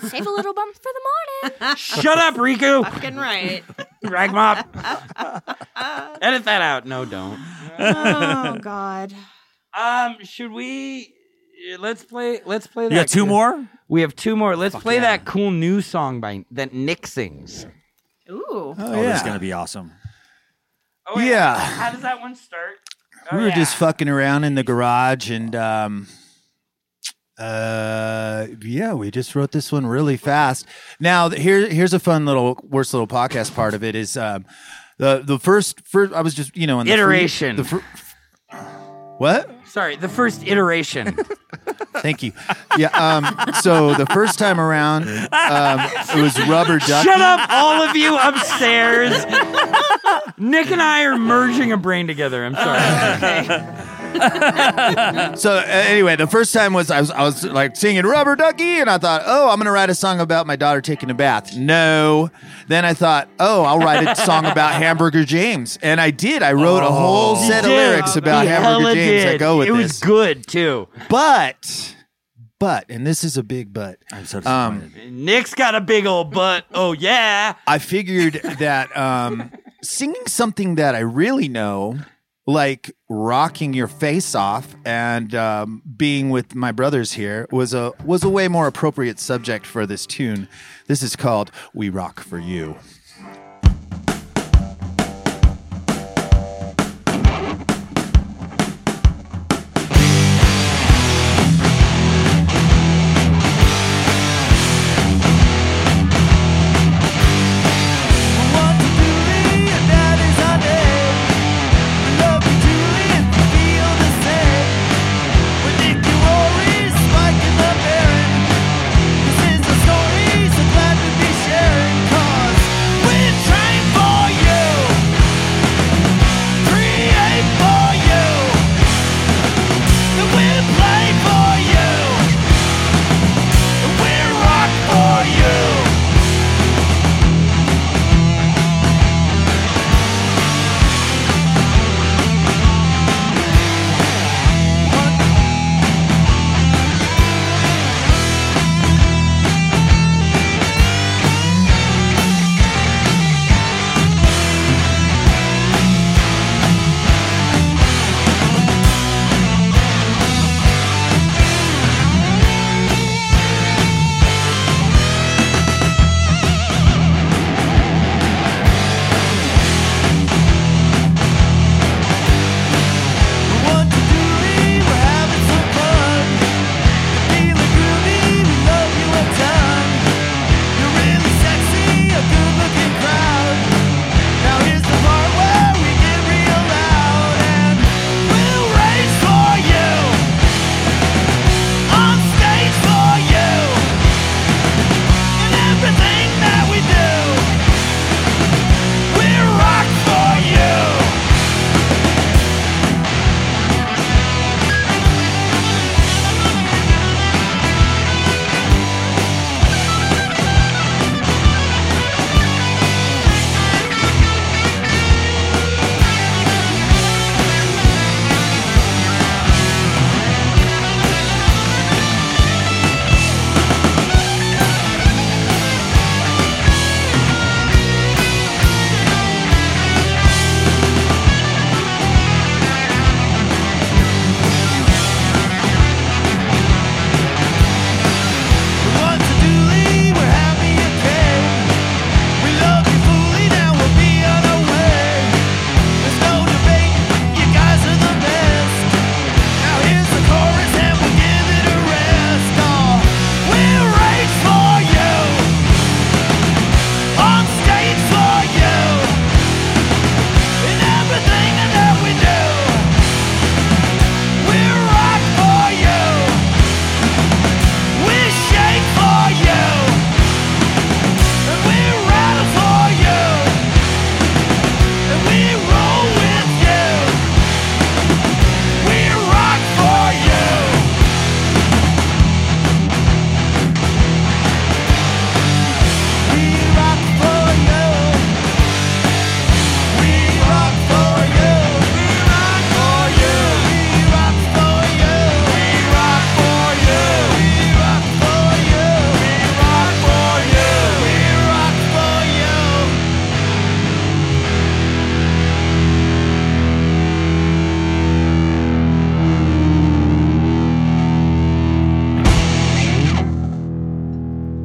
[SPEAKER 10] Save a little bump for the morning.
[SPEAKER 9] Shut up, Riku.
[SPEAKER 3] Fucking right.
[SPEAKER 9] Rag mop. Edit that out. No, don't.
[SPEAKER 3] Oh God.
[SPEAKER 9] Um, should we? Let's play. Let's play.
[SPEAKER 8] You got
[SPEAKER 9] that-
[SPEAKER 8] two more?
[SPEAKER 9] We have two more. Let's play that cool new song by that Nick sings.
[SPEAKER 3] Ooh.
[SPEAKER 8] Oh, this is
[SPEAKER 12] yeah.
[SPEAKER 8] gonna be awesome.
[SPEAKER 9] Oh,
[SPEAKER 12] yeah.
[SPEAKER 9] How does that one start?
[SPEAKER 12] Ah.
[SPEAKER 9] Oh,
[SPEAKER 12] we were just fucking around in the garage and um uh yeah we just wrote this one really fast now th- here here's a fun little worst little podcast part of it is um the the first first i was just you know in the free-
[SPEAKER 9] Iteration.
[SPEAKER 12] the fir- what
[SPEAKER 9] Sorry, the first iteration.
[SPEAKER 12] thank you yeah um so the first time around um it was rubber duck
[SPEAKER 9] Shut up, all of you upstairs. Nick and I are merging a brain together. I'm sorry.
[SPEAKER 12] so uh, anyway, the first time was I was I was like singing "Rubber Ducky," and I thought, oh, I'm gonna write a song about my daughter taking a bath. No. Then I thought, oh, I'll write a song about Hamburger James, and I did. I wrote a whole
[SPEAKER 9] You
[SPEAKER 12] set of
[SPEAKER 9] did.
[SPEAKER 12] lyrics about
[SPEAKER 9] You
[SPEAKER 12] Hamburger
[SPEAKER 9] hella
[SPEAKER 12] James that
[SPEAKER 9] did.
[SPEAKER 12] go with
[SPEAKER 9] It
[SPEAKER 12] this.
[SPEAKER 9] was good too,
[SPEAKER 12] but but, and this is a big but. um, I'm so
[SPEAKER 2] Nick's got a big old butt. Oh yeah.
[SPEAKER 12] I figured that um, singing something that I really know, like rocking your face off and um, being with my brothers here, was a was a way more appropriate subject for this tune. This is called "We Rock for You."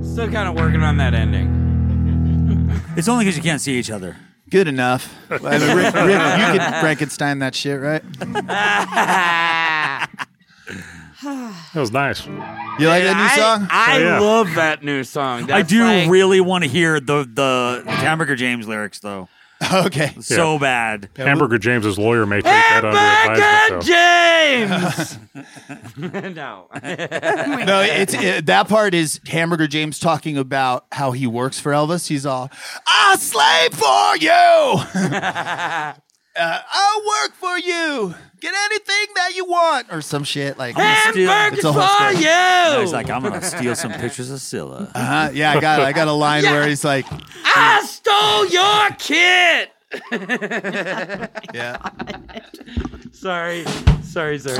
[SPEAKER 2] Still kind of working on that ending.
[SPEAKER 8] It's only because you can't see each other.
[SPEAKER 12] Good enough. I mean, Rick, Rick, you could Frankenstein that shit, right?
[SPEAKER 7] That was nice.
[SPEAKER 12] You like
[SPEAKER 2] Yeah,
[SPEAKER 12] that new
[SPEAKER 2] I-
[SPEAKER 12] song?
[SPEAKER 2] I
[SPEAKER 7] Oh,
[SPEAKER 2] love that new song.
[SPEAKER 8] I
[SPEAKER 2] That's
[SPEAKER 8] do
[SPEAKER 2] like-
[SPEAKER 8] really want to hear the the Hamburger James lyrics though.
[SPEAKER 12] Okay.
[SPEAKER 8] So
[SPEAKER 7] Yeah.
[SPEAKER 8] bad.
[SPEAKER 7] Hamburger James's lawyer may take that under advisement. though.
[SPEAKER 2] James. no.
[SPEAKER 12] no, it's it, that part is Hamburger James talking about how he works for Elvis. He's all, I slave for you. uh, I'll work for you. Get anything that you want, or some shit like.
[SPEAKER 8] Hamburger
[SPEAKER 12] It's a whole
[SPEAKER 8] for
[SPEAKER 12] story.
[SPEAKER 8] you. No, he's like, I'm gonna steal some pictures of Scylla.
[SPEAKER 9] Oh,
[SPEAKER 12] Uh-huh. Yeah, I got I got a line where he's like,
[SPEAKER 2] I stole your kid.
[SPEAKER 12] yeah.
[SPEAKER 9] Sorry, sorry, sorry.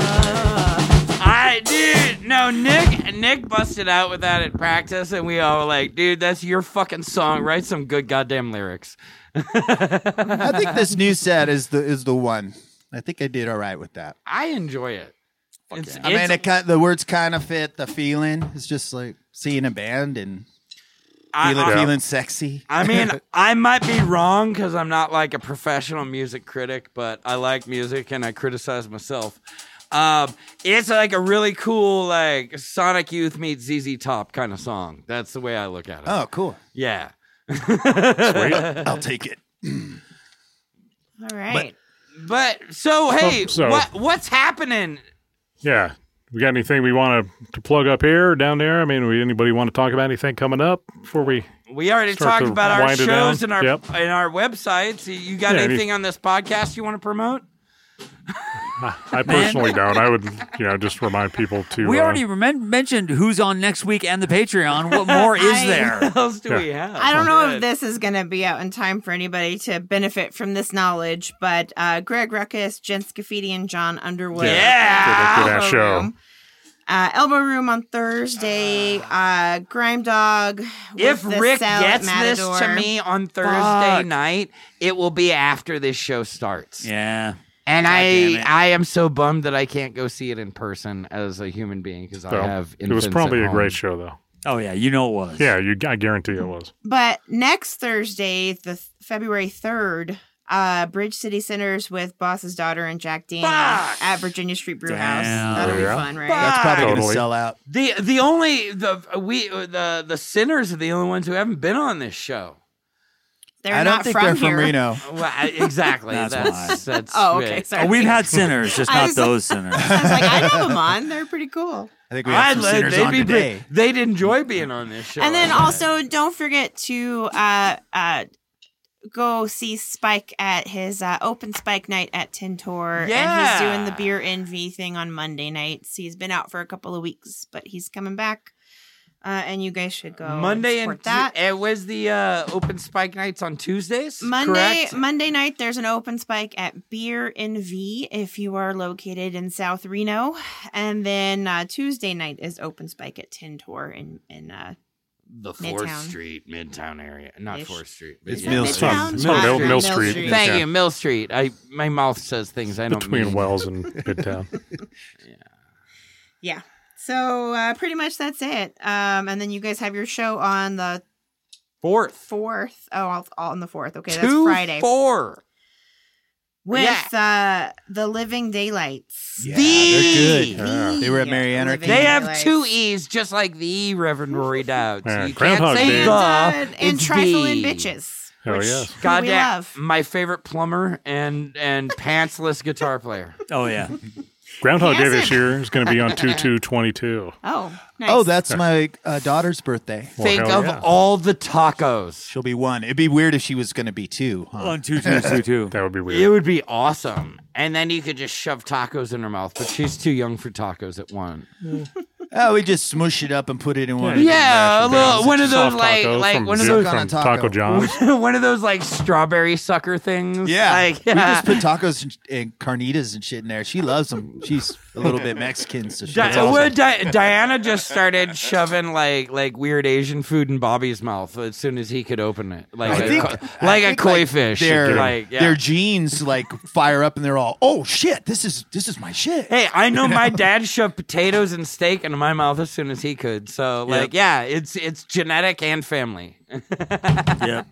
[SPEAKER 9] I dude, no, Nick, Nick busted out with that at practice, and we all were like, dude, that's your fucking song. Write some good goddamn lyrics.
[SPEAKER 12] I think this new set is the is the one. I think I did all right with that.
[SPEAKER 9] I enjoy it. It's,
[SPEAKER 12] I
[SPEAKER 9] it's-
[SPEAKER 12] mean, it kind the words kind of fit the feeling. It's just like seeing a band and
[SPEAKER 9] I-
[SPEAKER 12] feeling,
[SPEAKER 9] I-
[SPEAKER 12] feeling sexy.
[SPEAKER 9] I mean, I might be wrong because I'm not like a professional music critic, but I like music and I criticize myself. Um, it's like a really cool, like Sonic Youth meets ZZ Top kind of song. That's the way I look at it.
[SPEAKER 12] oh, cool.
[SPEAKER 9] Yeah.
[SPEAKER 12] I'll take it.
[SPEAKER 3] All right.
[SPEAKER 9] But so hey,
[SPEAKER 7] So-
[SPEAKER 9] what what's happening?
[SPEAKER 7] Yeah. We got anything we want to, to plug up here or down there? I mean, we, anybody want to talk about anything coming up before we?
[SPEAKER 9] We already
[SPEAKER 7] start
[SPEAKER 9] talked
[SPEAKER 7] to
[SPEAKER 9] about our
[SPEAKER 7] wind it
[SPEAKER 9] shows
[SPEAKER 7] down?
[SPEAKER 9] and our
[SPEAKER 7] Yep.
[SPEAKER 9] and our websites. You got
[SPEAKER 7] Yeah, any-
[SPEAKER 9] anything on this podcast you want to promote?
[SPEAKER 7] I personally don't. I would, you know, just remind people to.
[SPEAKER 8] We
[SPEAKER 7] uh,
[SPEAKER 8] already remem- mentioned who's on next week and the Patreon. What more is
[SPEAKER 3] I-
[SPEAKER 8] there?
[SPEAKER 9] What else do
[SPEAKER 7] Yeah.
[SPEAKER 9] we have?
[SPEAKER 3] I don't know if this is going to be out in time for anybody to benefit from this knowledge, but uh, Greg Ruckus, Jen Scafidi, and John Underwood.
[SPEAKER 7] Yeah. Good- good ass
[SPEAKER 3] Elbow
[SPEAKER 7] show.
[SPEAKER 3] Room. Uh, Elbow Room on Thursday. Uh, Grime Dog. with
[SPEAKER 9] if
[SPEAKER 3] the
[SPEAKER 9] Rick
[SPEAKER 3] cell at
[SPEAKER 9] gets this to
[SPEAKER 3] Matador.
[SPEAKER 9] me on Thursday
[SPEAKER 3] Fuck.
[SPEAKER 9] night, it will be after this show starts.
[SPEAKER 8] Yeah.
[SPEAKER 9] And
[SPEAKER 8] damn
[SPEAKER 9] I
[SPEAKER 8] it.
[SPEAKER 9] I am so bummed that I can't go see it in person as a human being because I
[SPEAKER 7] so,
[SPEAKER 9] have.
[SPEAKER 7] it was
[SPEAKER 9] infants
[SPEAKER 7] probably
[SPEAKER 9] at
[SPEAKER 7] a great
[SPEAKER 9] home.
[SPEAKER 7] show, though.
[SPEAKER 8] Oh yeah, you know it was.
[SPEAKER 7] Yeah, you, I guarantee it was.
[SPEAKER 3] But next Thursday, the th- February third, uh, Bridge City Centers with Boss's daughter and Jack Dean at Virginia Street Brew House.
[SPEAKER 8] Damn.
[SPEAKER 3] That'll be
[SPEAKER 7] Yeah.
[SPEAKER 3] fun, right?
[SPEAKER 12] That's probably
[SPEAKER 7] Totally.
[SPEAKER 12] gonna sell out.
[SPEAKER 9] The the only the we the the sinners are the only ones who haven't been on this show.
[SPEAKER 3] They're
[SPEAKER 12] I don't
[SPEAKER 3] not
[SPEAKER 12] think
[SPEAKER 3] from
[SPEAKER 12] they're
[SPEAKER 3] here.
[SPEAKER 12] from Reno.
[SPEAKER 9] Well, I- exactly.
[SPEAKER 8] That's
[SPEAKER 9] that's, that's
[SPEAKER 3] Oh, okay,
[SPEAKER 9] it.
[SPEAKER 3] sorry.
[SPEAKER 8] Oh, we've had sinners, just
[SPEAKER 3] I
[SPEAKER 8] not
[SPEAKER 3] was like-
[SPEAKER 8] those sinners.
[SPEAKER 3] I was like, I have them on. They're pretty cool.
[SPEAKER 12] I think we
[SPEAKER 9] I'd
[SPEAKER 12] have some
[SPEAKER 9] let-
[SPEAKER 12] sinners
[SPEAKER 9] they'd,
[SPEAKER 12] on
[SPEAKER 9] be-
[SPEAKER 12] today.
[SPEAKER 9] they'd enjoy being on this show.
[SPEAKER 3] And then
[SPEAKER 9] I bet.
[SPEAKER 3] also, don't forget to uh, uh, go see Spike at his uh, open Spike night at Tintor.
[SPEAKER 9] Yeah.
[SPEAKER 3] And he's doing the Beer Envy thing on Monday nights. He's been out for a couple of weeks, but he's coming back. Uh, and you guys should go and
[SPEAKER 9] Monday and,
[SPEAKER 3] support that.
[SPEAKER 9] Tu- it was the uh, open spike nights on Tuesdays.
[SPEAKER 3] Monday
[SPEAKER 9] correct?
[SPEAKER 3] Monday night there's an open spike at Beer in V if you are located in South Reno, and then uh, Tuesday night is open spike at Tintor in in uh,
[SPEAKER 9] the Fourth
[SPEAKER 3] Midtown.
[SPEAKER 9] Street, Midtown area, not
[SPEAKER 3] Ish.
[SPEAKER 9] Fourth Street. but
[SPEAKER 12] It's
[SPEAKER 9] yeah.
[SPEAKER 12] Mill
[SPEAKER 3] Midtown
[SPEAKER 12] Street.
[SPEAKER 3] Sounds
[SPEAKER 7] Mill,
[SPEAKER 3] fine.
[SPEAKER 7] Mill,
[SPEAKER 3] Mill
[SPEAKER 7] Street.
[SPEAKER 3] Street.
[SPEAKER 9] Thank
[SPEAKER 7] yeah.
[SPEAKER 9] you, Mill Street. I my mouth says things I don't
[SPEAKER 7] Between
[SPEAKER 9] mean.
[SPEAKER 7] Wells and Midtown.
[SPEAKER 3] yeah. So uh, pretty much that's it. Um, and then you guys have your show on the
[SPEAKER 9] Fourth,
[SPEAKER 3] fourth. Oh, I'll, I'll- on the fourth. Okay, that's
[SPEAKER 9] two,
[SPEAKER 3] Friday
[SPEAKER 9] four.
[SPEAKER 3] with uh, the Living Daylights.
[SPEAKER 12] Yeah,
[SPEAKER 9] The-
[SPEAKER 12] they're good.
[SPEAKER 7] Yeah.
[SPEAKER 12] They were at
[SPEAKER 3] Yeah,
[SPEAKER 12] Marianne
[SPEAKER 3] Living
[SPEAKER 9] They have
[SPEAKER 3] Daylights.
[SPEAKER 9] two e- e's, just like the e Reverend Rory Dowd. So
[SPEAKER 7] Yeah,
[SPEAKER 9] you can't
[SPEAKER 7] Groundhog
[SPEAKER 9] say
[SPEAKER 7] Day.
[SPEAKER 9] the.
[SPEAKER 3] and, uh, and
[SPEAKER 9] it's
[SPEAKER 3] trifling
[SPEAKER 9] the.
[SPEAKER 3] bitches.
[SPEAKER 7] Hell
[SPEAKER 3] which
[SPEAKER 7] yes.
[SPEAKER 3] who
[SPEAKER 9] God
[SPEAKER 3] we
[SPEAKER 9] damn,
[SPEAKER 3] love.
[SPEAKER 9] my favorite plumber and and pantsless guitar player.
[SPEAKER 8] Oh yeah.
[SPEAKER 7] Groundhog Day this
[SPEAKER 3] Hasn't-
[SPEAKER 7] year is going to be on 2 2 22.
[SPEAKER 3] Oh, nice.
[SPEAKER 12] Oh, that's my uh, daughter's birthday.
[SPEAKER 7] Well,
[SPEAKER 9] Think
[SPEAKER 7] hell
[SPEAKER 9] of
[SPEAKER 7] yeah.
[SPEAKER 9] all the tacos.
[SPEAKER 12] She'll be one. It'd be weird if she was going to be two. huh?
[SPEAKER 8] On two two two two.
[SPEAKER 7] That would be
[SPEAKER 9] It
[SPEAKER 7] weird.
[SPEAKER 9] would be awesome. And then you could just shove tacos in her mouth, but she's too young for tacos at one.
[SPEAKER 12] Oh, we just smush it up and put it in one. of the
[SPEAKER 9] Yeah, a
[SPEAKER 12] mashed
[SPEAKER 9] little,
[SPEAKER 12] potatoes.
[SPEAKER 9] one of those
[SPEAKER 7] Soft
[SPEAKER 9] like
[SPEAKER 7] tacos
[SPEAKER 9] like
[SPEAKER 7] from,
[SPEAKER 9] one of
[SPEAKER 12] Zip-
[SPEAKER 9] those
[SPEAKER 12] Suck on
[SPEAKER 7] from
[SPEAKER 12] a taco.
[SPEAKER 7] Taco John's.
[SPEAKER 9] one of those like strawberry sucker things.
[SPEAKER 12] Yeah,
[SPEAKER 9] Like
[SPEAKER 12] we just put tacos and, and carnitas and shit in there. She loves them. She's a little bit Mexican, so she
[SPEAKER 9] Di-
[SPEAKER 12] that's awesome.
[SPEAKER 9] well, Di- Diana just started shoving like like weird Asian food in Bobby's mouth as soon as he could open it, like
[SPEAKER 12] I
[SPEAKER 9] a
[SPEAKER 12] think-
[SPEAKER 9] co- like
[SPEAKER 12] I
[SPEAKER 9] a
[SPEAKER 12] think,
[SPEAKER 9] koi fish.
[SPEAKER 12] Their,
[SPEAKER 9] like, yeah.
[SPEAKER 12] their jeans like fire up, and they're all, "Oh shit, this is this is my shit."
[SPEAKER 9] Hey, I know my dad shoved potatoes and steak into my mouth as soon as he could. So like, yeah, it's it's genetic and family.
[SPEAKER 8] yep.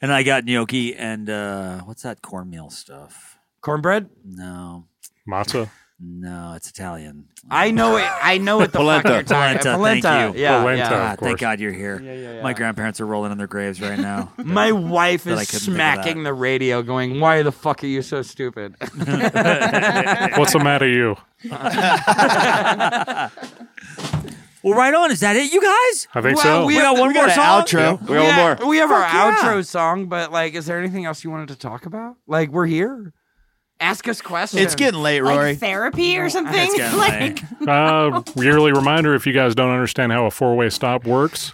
[SPEAKER 8] And I got gnocchi and uh, what's that cornmeal stuff?
[SPEAKER 9] Cornbread.
[SPEAKER 8] No,
[SPEAKER 7] Matzah.
[SPEAKER 8] no, it's Italian.
[SPEAKER 9] I know it. I know what the
[SPEAKER 11] Polenta.
[SPEAKER 9] fuck you're talking about.
[SPEAKER 8] Polenta, thank you.
[SPEAKER 9] Yeah,
[SPEAKER 7] Polenta.
[SPEAKER 9] yeah.
[SPEAKER 8] Ah,
[SPEAKER 7] Of
[SPEAKER 8] thank
[SPEAKER 7] course.
[SPEAKER 8] God you're here. My grandparents are rolling in their graves right now.
[SPEAKER 9] My wife
[SPEAKER 8] But I
[SPEAKER 9] is
[SPEAKER 8] couldn't think of
[SPEAKER 9] smacking
[SPEAKER 8] that.
[SPEAKER 9] the radio, going, "Why the fuck are you so stupid?"
[SPEAKER 7] What's the matter, you?
[SPEAKER 8] well, right on. Is that it, you guys?
[SPEAKER 7] I think
[SPEAKER 9] Well,
[SPEAKER 7] so.
[SPEAKER 9] we
[SPEAKER 8] We got
[SPEAKER 9] have-
[SPEAKER 8] one
[SPEAKER 12] we
[SPEAKER 8] more
[SPEAKER 12] got an
[SPEAKER 8] song.
[SPEAKER 12] outro.
[SPEAKER 11] We have more.
[SPEAKER 9] ha- we have our
[SPEAKER 8] Fuck yeah.
[SPEAKER 9] outro song, but like, is there anything else you wanted to talk about? Like, we're here. Ask us questions.
[SPEAKER 12] It's getting late, Rory.
[SPEAKER 3] like therapy or something.
[SPEAKER 8] It's getting
[SPEAKER 3] like
[SPEAKER 8] late.
[SPEAKER 7] Uh, yearly reminder if you guys don't understand how a four way stop works,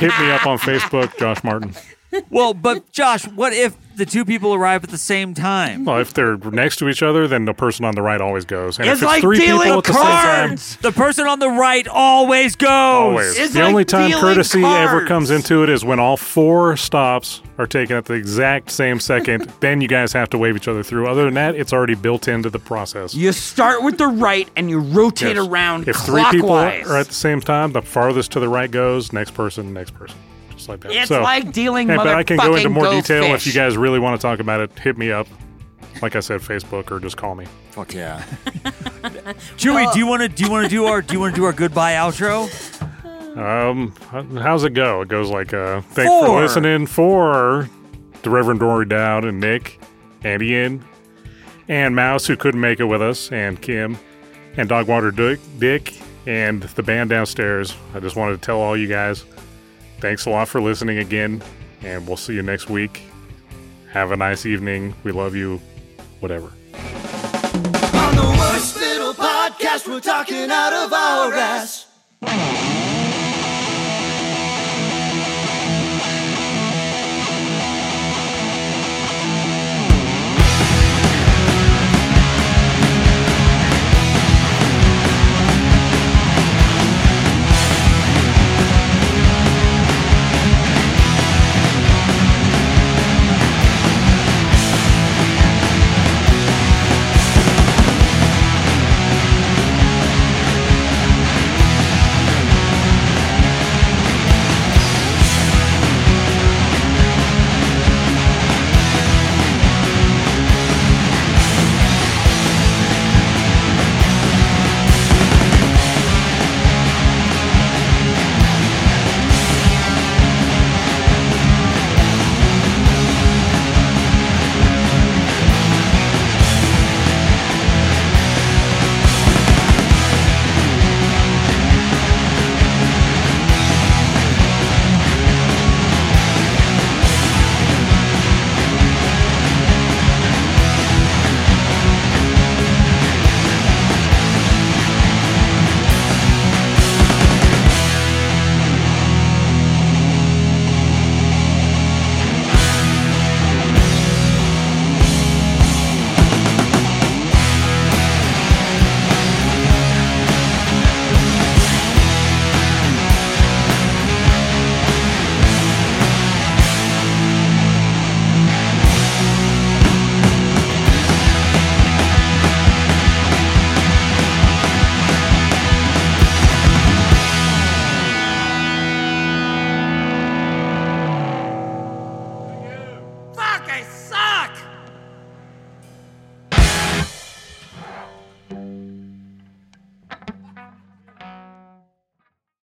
[SPEAKER 7] hit me up on Facebook, Josh Martin.
[SPEAKER 8] Well, but Josh, what if the two people arrive at the same time.
[SPEAKER 7] Well, if they're next to each other, then the person on the right always goes. And
[SPEAKER 8] It's
[SPEAKER 7] if it's
[SPEAKER 8] like
[SPEAKER 7] three people
[SPEAKER 8] dealing
[SPEAKER 7] at the same time,
[SPEAKER 8] The person on the right always goes.
[SPEAKER 7] always. Oh, the only time courtesy ever comes into it is when all four stops are taken at the exact same second. then you guys have to wave each other through. Other than that, it's already built into the process.
[SPEAKER 9] You start with the right and you rotate
[SPEAKER 7] Yes.
[SPEAKER 9] around
[SPEAKER 7] If three
[SPEAKER 9] clockwise.
[SPEAKER 7] people are at the same time, the farthest to the right goes. Next person, next person, just like that.
[SPEAKER 9] It's
[SPEAKER 7] so,
[SPEAKER 9] like dealing
[SPEAKER 7] Hey, but I can go into
[SPEAKER 9] motherfucking
[SPEAKER 7] more
[SPEAKER 9] go
[SPEAKER 7] detail if
[SPEAKER 9] fish.
[SPEAKER 7] you guys really want to talk about it. Hit me up. Like I said, Facebook or just call me.
[SPEAKER 8] Fuck yeah. Chewy, do you want to do you want to do our do you want to do our goodbye outro?
[SPEAKER 7] Um, h- how's it go? It goes like, uh, thanks for
[SPEAKER 8] Four.
[SPEAKER 7] listening for the Reverend Rory Dowd and Nick and Ian and Mouse, who couldn't make it with us, and Kim and Dogwater Dick, Dick and the band downstairs. I just wanted to tell all you guys thanks a lot for listening again, and we'll see you next week. Have a nice evening. We love you. Whatever.
[SPEAKER 1] On the worst little podcast, we're talking out of our ass.
[SPEAKER 2] Fuck, I suck!